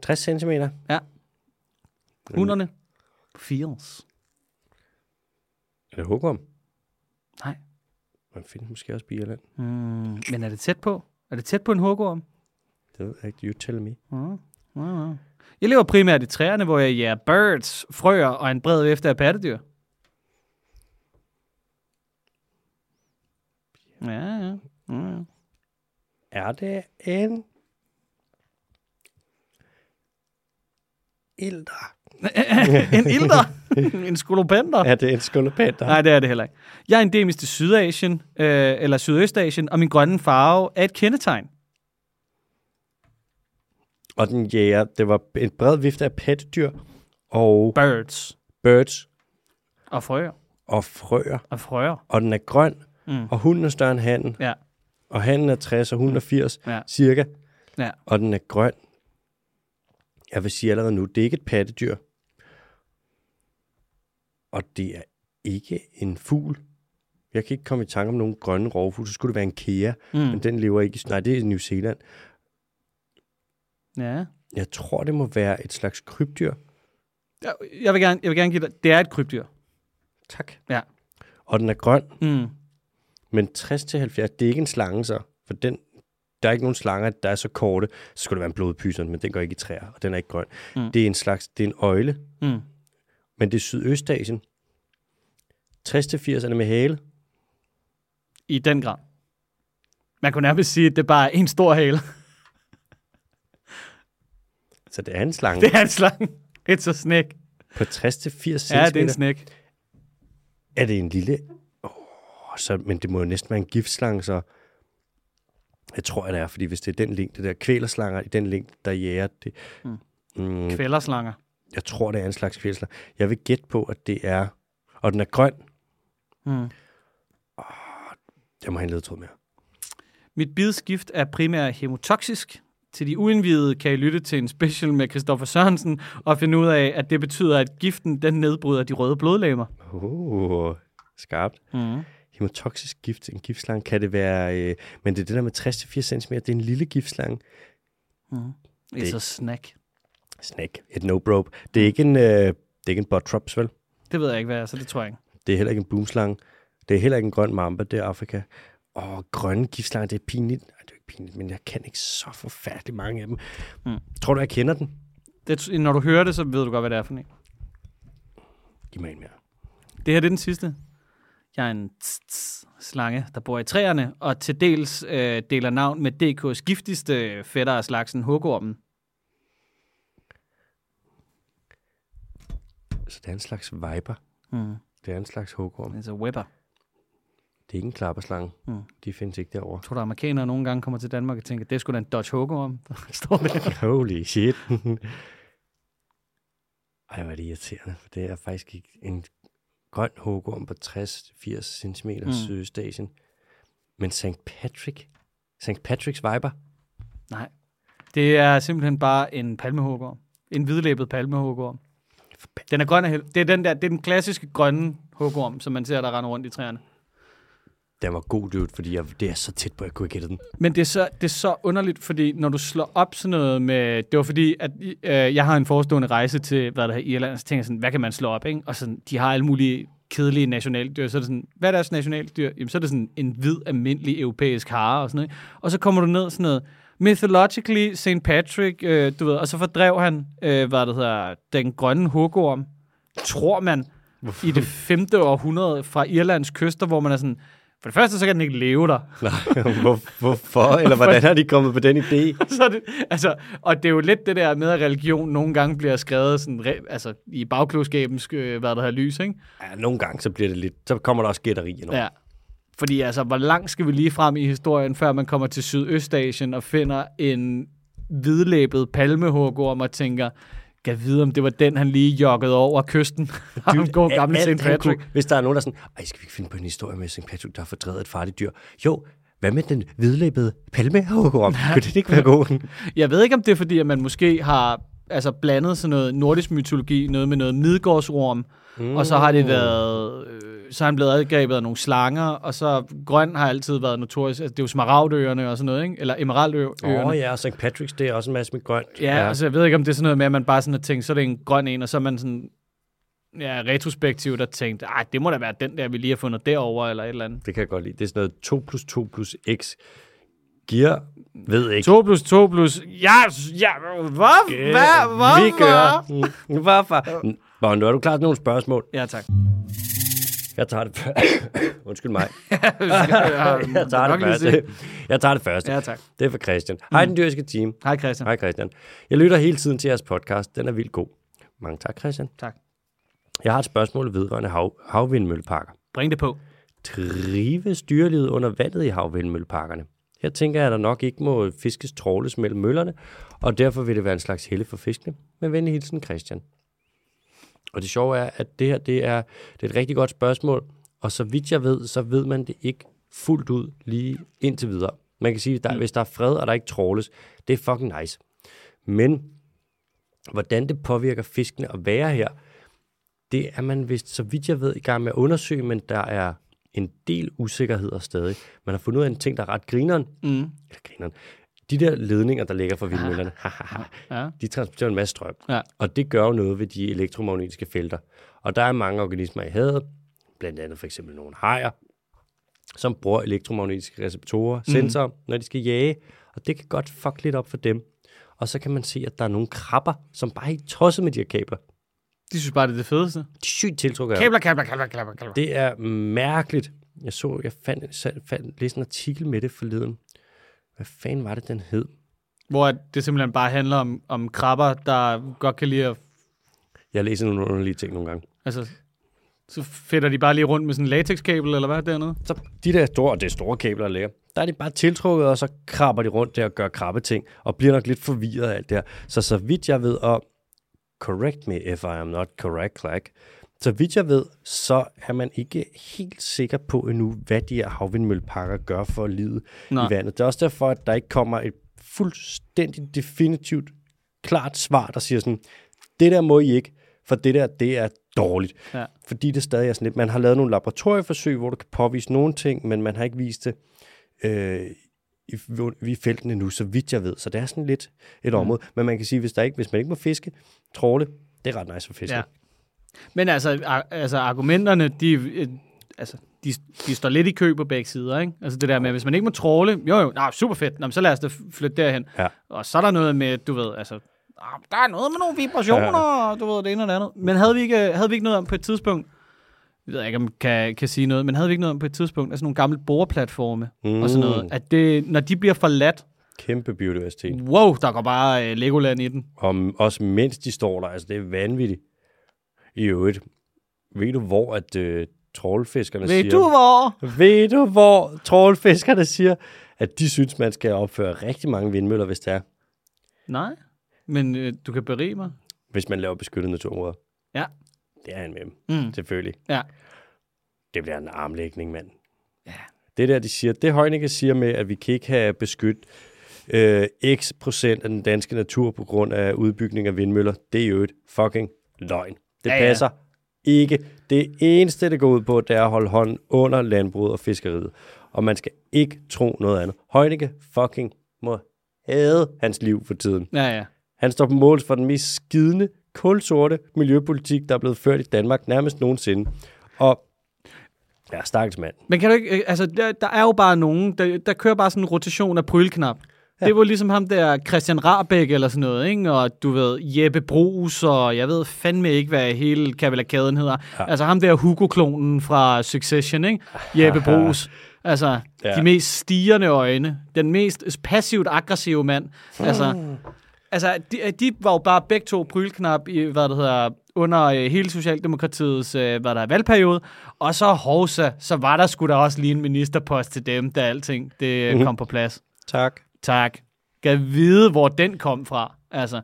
60 cm.
Ja. Hunderne. Feels.
Er det hukum?
Nej.
Man findes måske også i Irland.
Mm, men er det tæt på? Er det tæt på en hugorm?
Det ved jeg ikke. You tell me.
Mm. Mm. Jeg lever primært i træerne, hvor jeg jager birds, frøer og en bred vifte af pattedyr. Ja, ja. Mm.
Er det en... Ilder?
en ilder. en skolopender?
Er det en skolopender?
Nej, det er det heller ikke. Jeg er endemisk til Sydasien, øh, eller Sydøstasien, og min grønne farve er et kendetegn.
Og den jæger, det var en bred vifte af pattedyr og
Birds.
birds
Og frøer.
og frøer.
Og frøer.
Og den er grøn,
Mm.
og hunden er større end handen.
Ja.
Og handen er 60, og hunden er 80
Mm. Ja.
cirka.
Ja.
Og den er grøn. Jeg vil sige allerede nu, det er ikke et pattedyr. Og det er ikke en fugl. Jeg kan ikke komme i tanke om nogen grønne rovfugle. Så skulle det være en kære, mm. men den lever ikke i... Nej, det er i New Zealand.
Ja.
Jeg tror, det må være et slags krybdyr.
Jeg, jeg, vil gerne, jeg vil gerne give dig... Det er et krybdyr.
Tak.
Ja.
Og den er grøn,
Mm.
men 60-70, det er ikke en slange så. For den, der er ikke nogen slanger, der er så korte. Så skulle det være en blodpyson, men den går ikke i træer, og den er ikke grøn. Mm. Det er en slags, det er en øjle,
Mm.
men det er Sydøstasien. 60-80 er det med hale.
I den grad. Man kunne nærmest sige, at det bare er en stor hale.
Så det er en slange. Det.
Det er en slange. It's a snake.
På 60-80 cm
Ja, det er en snake.
er det en lille... Oh, så, men det må jo næsten være en giftslange, så... Jeg tror, at det er, fordi hvis det er den længde, der kvælerslanger i den længde, der jæger det. Mm.
Kvælderslanger.
Jeg tror, det er en slags fjersler. Jeg vil gætte på, at det er... Og den er grøn. Ah,
Mm.
Jeg må have en ledetråd mere.
Mit bidskift er primært hemotoksisk. Til de uindvidede kan I lytte til en special med Christoffer Sørensen og finde ud af, at det betyder, at giften den nedbryder de røde blodlegemer.
Oh, skarpt.
Mm.
Hemotoksisk gift, en giftslange, kan det være... Øh, men det er det der med 60-80 cm, det er en lille giftslange.
It's a snack.
Snake, et no-brope. Det er ikke en, øh, det er ikke en bottrops, vel?
Det ved jeg ikke, hvad er, så det tror jeg ikke.
Det er heller ikke en boomslange. Det er heller ikke en grøn mamba, det er Afrika. Og grønne giftslange, det er pinligt. Nej, det er ikke pinligt, men jeg kan ikke så forfærdeligt mange af dem. Mm. Tror du, jeg kender den?
Det, tr- når du hører det, så ved du godt, hvad det er for en.
Giv mig en mere.
Det her det er den sidste. Jeg er en slange, der bor i træerne, og til dels øh, deler navn med DK's giftigste øh, fætter af slagsen, hugormen.
Så det er en slags viper.
Mm.
Det er en slags hugorm.
Altså webber.
Det er ikke en klapperslange. Mm. De findes ikke derovre.
Jeg tror, der amerikanere nogle gange kommer til Danmark og tænker, det skulle sgu da en Dodge hugorm, der står der.
Holy shit. Ej, hvor er det irriterende, for det er faktisk ikke en grøn hugorm på 60-80 cm mm. Sydøstasien. Men St. Patrick, St. Patrick's viber,
Nej. Det er simpelthen bare en palmehugorm. En hvidlæbet palmehugorm. Den er grøn af hel- Det er den der, det er den klassiske grønne hugorm, som man ser, der render rundt i træerne.
den var god dude, fordi jeg, det er så tæt på, at jeg kunne ikke gætte den.
Men det er, så, det er så underligt, fordi når du slår op sådan noget med... Det var fordi, at øh, jeg har en forestående rejse til hvad der er, Irland, og så tænker jeg sådan, hvad kan man slå op, ikke? Og sådan, de har alle mulige kedelige nationaldyr. Så er det sådan, hvad er deres nationaldyr? Jamen, så er det sådan en hvid, almindelig europæisk hare og sådan noget. ikke? Og så kommer du ned sådan noget, mythologically St. Patrick, øh, du ved, og så fordrev han, øh, hvad det hedder, den grønne hugorm, tror man, i det femte århundrede fra Irlands kyster, hvor man er sådan, for det første, så kan den ikke leve der.
Nej, hvor, hvorfor? Eller hvordan har de kommet på den idé?
så er det, altså, og det er jo lidt det der med, at religion nogle gange bliver skrevet sådan, re- altså, i bagklogskabens øh, hvad der her lys, ikke?
Ja, nogle gange, så bliver det lidt, så kommer der også gætteri. Ja.
Ja. Fordi altså, hvor langt skal vi lige frem i historien, før man kommer til Sydøstasien og finder en hvidlæbet palmehugorm og tænker, kan vide, om det var den, han lige joggede over kysten. han går gamle St. Patrick.
Kunne, hvis der er nogen, der er sådan, ej, skal vi ikke finde på en historie med St. Patrick, der har fordrevet et farligt dyr? Jo, hvad med den hvidlæbede palmehugorm? Kunne det ikke være god?
Jeg ved ikke, om det er fordi, at man måske har altså, blandet sådan noget nordisk mytologi, noget med noget midgårdsorm, mm. og så har det været, øh, så er han blevet angrebet af nogle slanger, og så grøn har altid været notorisk, altså, det er jo smaragdøerne og sådan noget, ikke? eller emeraldøerne.
Åh
Oh,
oh, ja, og St. Patrick's, det er også en masse med grønt.
ja, ja, altså jeg ved ikke, om det er sådan noget med, at man bare sådan har tænkt, så er det en grøn en, og så er man sådan, ja, retrospektivt har tænkt, ej, det må da være den der, vi lige har fundet derover eller et eller andet.
Det kan jeg godt lide. Det er sådan noget 2 plus 2 plus x giver, ved ikke.
2 plus 2 plus, ja, ja, hvad,
Øh,
hvad, hvad,
Vi gør. Mm, Hvorfor? Mm. Nå, nu er du klar til nogle spørgsmål.
Ja, tak.
Jeg tager det før. Undskyld mig.
jeg
Jeg tager det første. Jeg tager det første.
Ja, Mm. tak.
Det er for Christian. Hej, den dyriske team.
Hej Christian.
Hej, Christian. Jeg lytter hele tiden til jeres podcast. Den er vildt god. Mange tak, Christian.
Tak.
Jeg har et spørgsmål vedrørende hav, havvindmølleparker.
Bring det på.
Trives dyrelivet under vandet i havvindmølleparkerne? Her tænker jeg, at der nok ikke må fiskes tråles mellem møllerne, og derfor vil det være en slags helle for fiskene. Men venlig hilsen, Christian. Og det sjove er, at det her det er, det er et rigtig godt spørgsmål, og så vidt jeg ved, så ved man det ikke fuldt ud lige indtil videre. Man kan sige, at der, hvis der er fred, og der ikke tråles, det er fucking nice. Men hvordan det påvirker fiskene at være her, det er man vist, så vidt jeg ved, i gang med at undersøge, men der er en del usikkerheder stadig. Man har fundet ud af en ting, der er ret grineren. Mm. Eller grineren. De der ledninger, der ligger fra vindmøllerne,
Ah. Ja.
de transporterer en masse strøm.
Ja.
Og det gør jo noget ved de elektromagnetiske felter. Og der er mange organismer i havet, blandt andet for eksempel nogle hajer, som bruger elektromagnetiske receptorer,
Mhm.
sensorer, når de skal jage. Og det kan godt fuck lidt op for dem. Og så kan man se, at der er nogle krabber, som bare er helt tosset med de her kabler.
De synes bare, det er det fedeste.
De er sygt tiltrukket af dem.
Kabler, kabler, kabler, kabler, kabler.
Det er mærkeligt. Jeg så, jeg fandt, fandt, fandt læste en artikel med det forleden. Hvad fanden var det, den hed?
Hvor at det simpelthen bare handler om, om krabber, der godt kan lide at...
Jeg læser nogle underlige ting nogle gange.
Altså, så fætter de bare lige rundt med sådan en latexkabel, eller hvad dernede?
Så de der store, og det er store kabler, der ligger, der er de bare tiltrukket, og så krabber de rundt der og gør krabbeting, og bliver nok lidt forvirret af alt det her. Så så vidt jeg ved, og correct me if I am not correct, like, så vidt jeg ved, så er man ikke helt sikker på endnu, hvad de her havvindmøllepakker gør for livet Nej.
Nej.
i vandet. Det er også derfor, at der ikke kommer et fuldstændig definitivt klart svar, der siger sådan, det der må I ikke, for det der, det er dårligt.
Ja.
Fordi det stadig er sådan lidt, man har lavet nogle laboratorieforsøg, hvor du kan påvise nogle ting, men man har ikke vist det øh, i, hvor- i feltene nu, så vidt jeg ved. Så det er sådan lidt
Mm.
et område. Men man kan sige, hvis, der ikke, hvis man ikke må fiske, tråle, det er ret nice for fiske.
Ja. Men altså, ar- altså argumenterne, de, øh, altså, de, de står lidt i kø på begge sider, ikke? Altså det der med, hvis man ikke må tråle, jo jo, nej, super fedt, Nå, men så lad os da flytte derhen.
Ja.
Og så er der noget med, du ved, altså, ah, der er noget med nogle vibrationer, og du ved, det ene og det andet. Men havde vi ikke, havde vi ikke noget om på et tidspunkt, jeg ved ikke, om jeg kan, kan sige noget, men havde vi ikke noget om på et tidspunkt, altså nogle gamle boreplatforme mm. og sådan noget, at det, når de bliver forladt,
Kæmpe biodiversitet.
wow, der går bare øh, Legoland i den.
Og m- også mens de står der, altså det er vanvittigt. I øvrigt, ved du hvor, at øh, trålfiskerne
Ved
siger...
du hvor?
Ved du hvor, trålfiskerne siger, at de synes, man skal opføre rigtig mange vindmøller, hvis det er,
Nej, men øh, du kan berige mig.
hvis man laver beskyttede naturområder.
Ja.
Det er en meme,
Mm.
selvfølgelig.
Ja.
Det bliver en armlægning, mand. Det der, de siger, det Heunicke siger med, at vi kan ikke have beskyttet øh, x procent af den danske natur på grund af udbygning af vindmøller, det er jo et fucking løgn. Det
Ja,
ja,
ja.
passer ja. ikke. Det eneste, det går ud på, det er at holde hånden under landbruget og fiskeriet. Og man skal ikke tro noget andet. Heunicke fucking må æde hans liv for tiden.
Ja, ja.
Han står på mål for den mest skidende, kulsorte miljøpolitik, der er blevet ført i Danmark nærmest nogensinde. Og ja, stakkels mand.
Men kan du ikke, øh, altså, der, der er jo bare nogen, der, der kører bare sådan en rotation af prylknap. Ja. Det var ligesom ham der Christian Rabeck eller sådan noget, ikke? Og du ved, Jeppe Brugs, og jeg ved fandme ikke, hvad hele kavalakaden hedder. Ja. Altså ham der Hugo-klonen fra Succession, ikke? Jeppe Brugs. Altså, ja.
Ja.
de mest stigende øjne. Den mest passivt aggressive mand. Altså, altså de, de var jo bare begge to prylknap i, hvad det hedder, under øh, hele Socialdemokratiets øh, hvad der er, valgperiode. Og så hovsa, så var der skulle der også lige en ministerpost til dem, da alting det, mm. kom på plads.
Tak.
Tak. Kan vide, hvor den kom fra. Altså,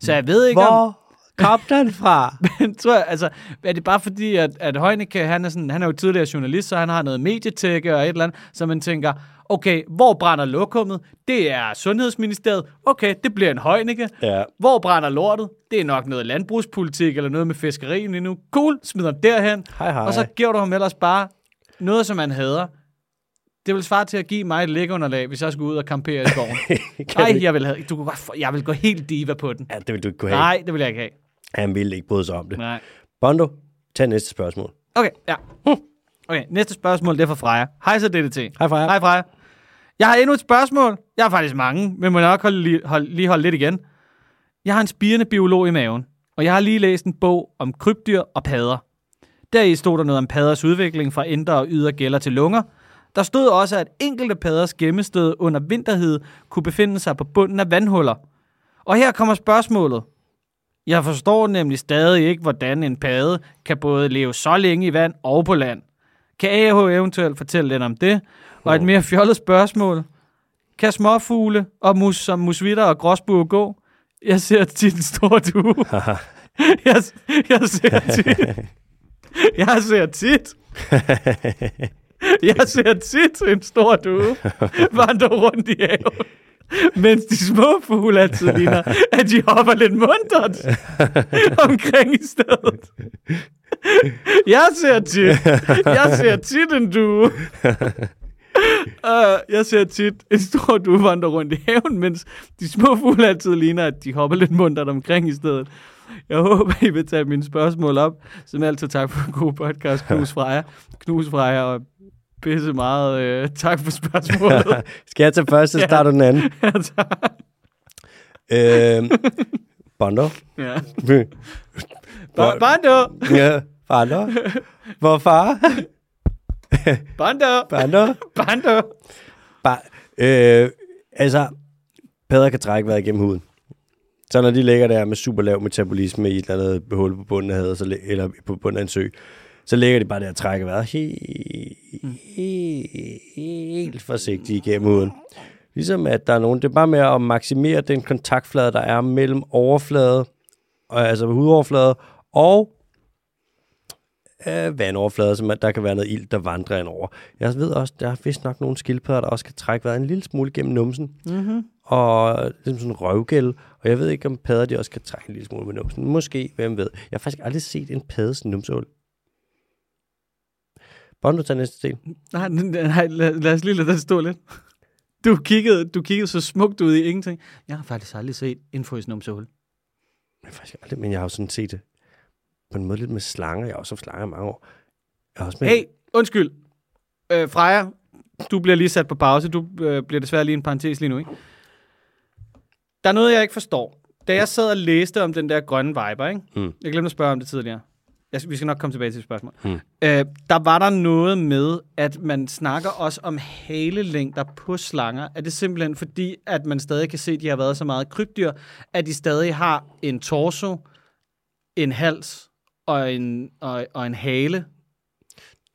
så jeg ved ikke, om...
kom den fra?
Men tror jeg, altså, er det bare fordi, at, at Heunicke, han er, sådan, han er jo tidligere journalist, så han har noget medietække og et eller andet, så man tænker, okay, hvor brænder lokummet? Det er Sundhedsministeriet. Okay, det bliver en Heunicke.
Ja.
Hvor brænder lortet? Det er nok noget landbrugspolitik eller noget med fiskerien endnu. Cool, smider ham derhen.
Hej, hej.
Og så giver du ham ellers bare noget, som han hader. Det vil svare til at give mig et lægunderlag, hvis jeg skulle ud og kampere i skoven. Nej, jeg vil, have, du kunne godt, få- jeg vil gå helt diva på den.
ja, det vil du ikke kunne have.
Nej, det vil jeg ikke have.
Han ville ikke bryde sig om det.
Nej.
Bondo, tag næste spørgsmål.
Okay, ja. Okay, næste spørgsmål, det er fra Freja. Hej så DDT.
Hej, Freja.
Hej Freja. Jeg har endnu et spørgsmål. Jeg har faktisk mange, men må nok holde, lige- holde, lige holde lidt igen. Jeg har en spirende biolog i maven, og jeg har lige læst en bog om krybdyr og padder. Deri stod der noget om padders udvikling fra indre og ydre gælder til lunger. Der stod også, at enkelte padders gemmested under vinterhede kunne befinde sig på bunden af vandhuller. Og her kommer spørgsmålet. Jeg forstår nemlig stadig ikke, hvordan en padde kan både leve så længe i vand og på land. Kan AH eventuelt fortælle lidt om det? Og et mere fjollet spørgsmål. Kan småfugle og mus som musvitter og gråsbue gå? Jeg ser tit en stor due. jeg, jeg ser tit... Jeg ser tit... Jeg ser tit en stor due vandre rundt i haven, mens de små fugle altid ligner, at de hopper lidt mundtet omkring i stedet. Jeg ser tit, jeg ser tit en due. Uh, jeg ser tit en stor due vandre rundt i haven, mens de små fugle altid ligner, at de hopper lidt mundtet omkring i stedet. Jeg håber, I vil tage mine spørgsmål op. Som altid, tak for en god podcast. Knus fra jer. Knus fra jer, og pisse meget. Øh, tak for spørgsmålet.
Skal jeg tage første, så
Ja.
starter den anden.
ja, tak.
Øh, Bondo.
Ja. Ba- Bando!
ja, Bondo. Hvorfor?
Bando!
Bondo.
Bando!
Bare, øh, altså, padder kan trække vejret gennem huden. Så når de ligger der med super lav metabolisme i et eller andet hul på bunden af havet, så, li- eller på bunden af en sø, så ligger de bare der og trækker vejret helt, helt forsigtigt igennem huden. Ligesom at der er nogen, det er bare med at maksimere den kontaktflade, der er mellem overflade, og, altså hudoverflade, og øh, vandoverflade, som at der kan være noget ild, der vandrer ind over. Jeg ved også, der er vist nok nogle skildpadder, der også kan trække vejret en lille smule gennem numsen. Mm-hmm. Og ligesom sådan en røvgæld. Og jeg ved ikke, om padder de også kan trække en lille smule med numsen. Måske, hvem ved. Jeg har faktisk aldrig set en paddes numsehul. Bondo tager næste del.
Nej, n- n- nej lad, lad os lige lade den stå lidt. Du kiggede, du kiggede så smukt ud i ingenting. Jeg har faktisk aldrig set en frøsnumsehul.
Jeg har faktisk aldrig, men jeg har jo sådan set det på en måde lidt med slanger. Jeg har også haft slanger i mange år. Jeg har også med,
Hey, undskyld. Øh, Freja, du bliver lige sat på pause. Du øh, bliver desværre lige en parentes lige nu, ikke? Der er noget, jeg ikke forstår. Da jeg sad og læste om den der grønne viber, ikke?
Mm.
Jeg glemte at spørge om det tidligere. Jeg, vi skal nok komme tilbage til et spørgsmål.
Mm.
Øh, der var der noget med, at man snakker også om halelængder på slanger. Er det simpelthen fordi, at man stadig kan se, at de har været så meget krybdyr, at de stadig har en torso, en hals og en, og, og en hale,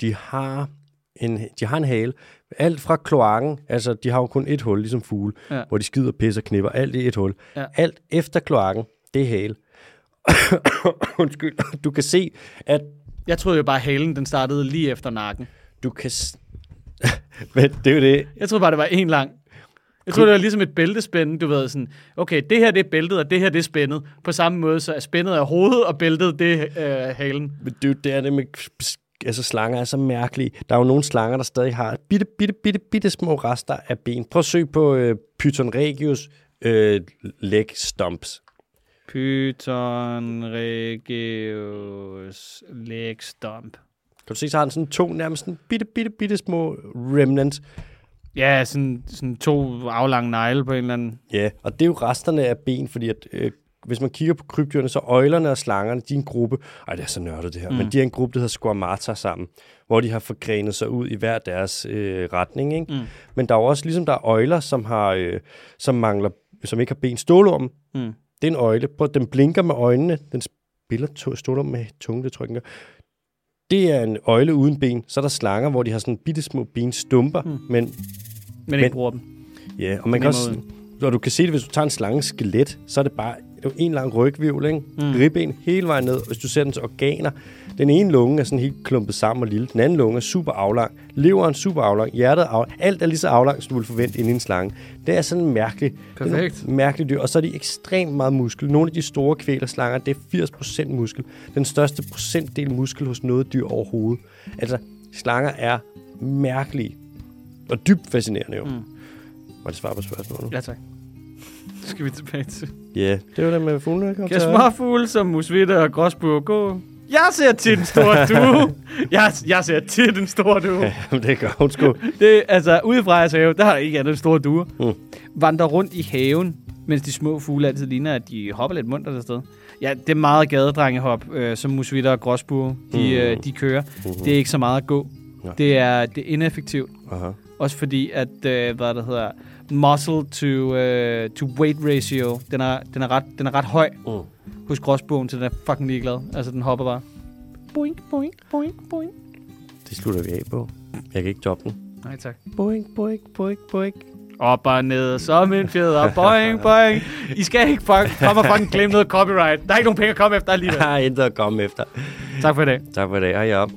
de har en, de har en hale. Alt fra kloakken, altså de har jo kun et hul, ligesom fugle,
Ja.
ja. hvor de skider, pisser, knipper, alt i et hul.
Ja.
Ja. Alt efter kloakken, det er hale. Undskyld, du kan se, at
Jeg troede jo bare, at halen den startede lige efter nakken.
du kan... s- Men det er jo det.
Jeg troede bare, det var en lang. Jeg troede, det var ligesom et bæltespænde, du ved sådan, okay, det her det er bæltet, og det her det er spændet. På samme måde, så er spændet af hovedet, og bæltet det er øh, halen.
Men det er jo der, det med... Altså, slanger er så mærkelige. Der er jo nogle slanger, der stadig har bitte, bitte, bitte, bitte små rester af ben. Prøv at søg på øh, Python regius øh, leg stumps.
Python regius leg stump.
Kan du se, så har den sådan to nærmest sådan bitte, bitte, bitte små remnants.
Ja, sådan, sådan to aflange negle på en eller anden.
Ja, og det er jo resterne af ben, fordi at, øh, hvis man kigger på krybdyrene, så øjlerne og slangerne, de er en gruppe, ej det er så nørdet det her, mm. men de er en gruppe, der hedder Squamata sammen, hvor de har forgrenet sig ud i hver deres øh, retning. Ikke? Mm. Men der er jo også, ligesom der er øjler, som, har, øh, som mangler, som ikke har ben. Stålormen,
Mm.
det er en øjle. Prøv, den blinker med øjnene. Den spiller to- stålormen med tunge, det tror jeg ikke, den gør. Det er en øjle uden ben. Så er der slanger, hvor de har sådan bitte små benstumper, mm. men
Men, men ikke
Men-
bruger dem.
Ja, og man kan
nemmere
også, når du kan se det, hvis du tager en slange skelet, så er det bare det er jo en lang rygvivl, ikke? Mm. Ribben hele vejen ned. Hvis du ser dens organer, den ene lunge er sådan helt klumpet sammen og lille. Den anden lunge er super aflang. Leveren super aflang. Hjertet er aflang. Alt er lige så aflangt, som du ville forvente inde i en slange. Det er sådan mærkeligt.
Perfekt.
Det er mærkeligt dyr. Og så er de ekstremt meget muskel. Nogle af de store kvælerslanger, det er 80% muskel. Den største procentdel muskel hos noget dyr overhovedet. Altså, slanger er mærkelige. Og dybt fascinerende jo. Mm. Var det svar på spørgsmålet?
Ja, tak. Så skal vi tilbage til.
Ja, yeah. det var det med fuglene. der kom
Kan
til-
småfugle som musvitter og gråsbue gå? Jeg ser tit en stor due. Jeg, jeg ser tit en stor due.
Jamen, det gør hun sgu.
Det, altså, ude fra jeres have, der har ikke andet end store duer. Mm. Vandrer rundt i haven, mens de små fugle altid ligner, at de hopper lidt mundt der sted. Ja, det er meget gadedrengehop, øh, som musvitter og gråsbue, de, øh, de kører. Det er ikke så meget at gå.
Nej.
Det er, det er ineffektivt.
Aha.
Også fordi, at, øh, hvad der hedder, muscle to, øh, to weight ratio, den er, den er, ret, den er ret høj.
Mm.
Husk gråsbogen til den er fucking ligeglad. Altså, den hopper bare. Boing, boing, boing, boing.
Det slutter vi af på. Jeg kan ikke droppe den.
Nej, tak.
Boing, boing, boing, boing.
Op og ned, som en fjeder. Boing, boing. I skal ikke fuck, komme og fucking glemme noget copyright. Der er ikke nogen penge at komme efter alligevel.
Jeg har intet at komme efter.
Tak for i dag.
Tak for i dag. Hej op.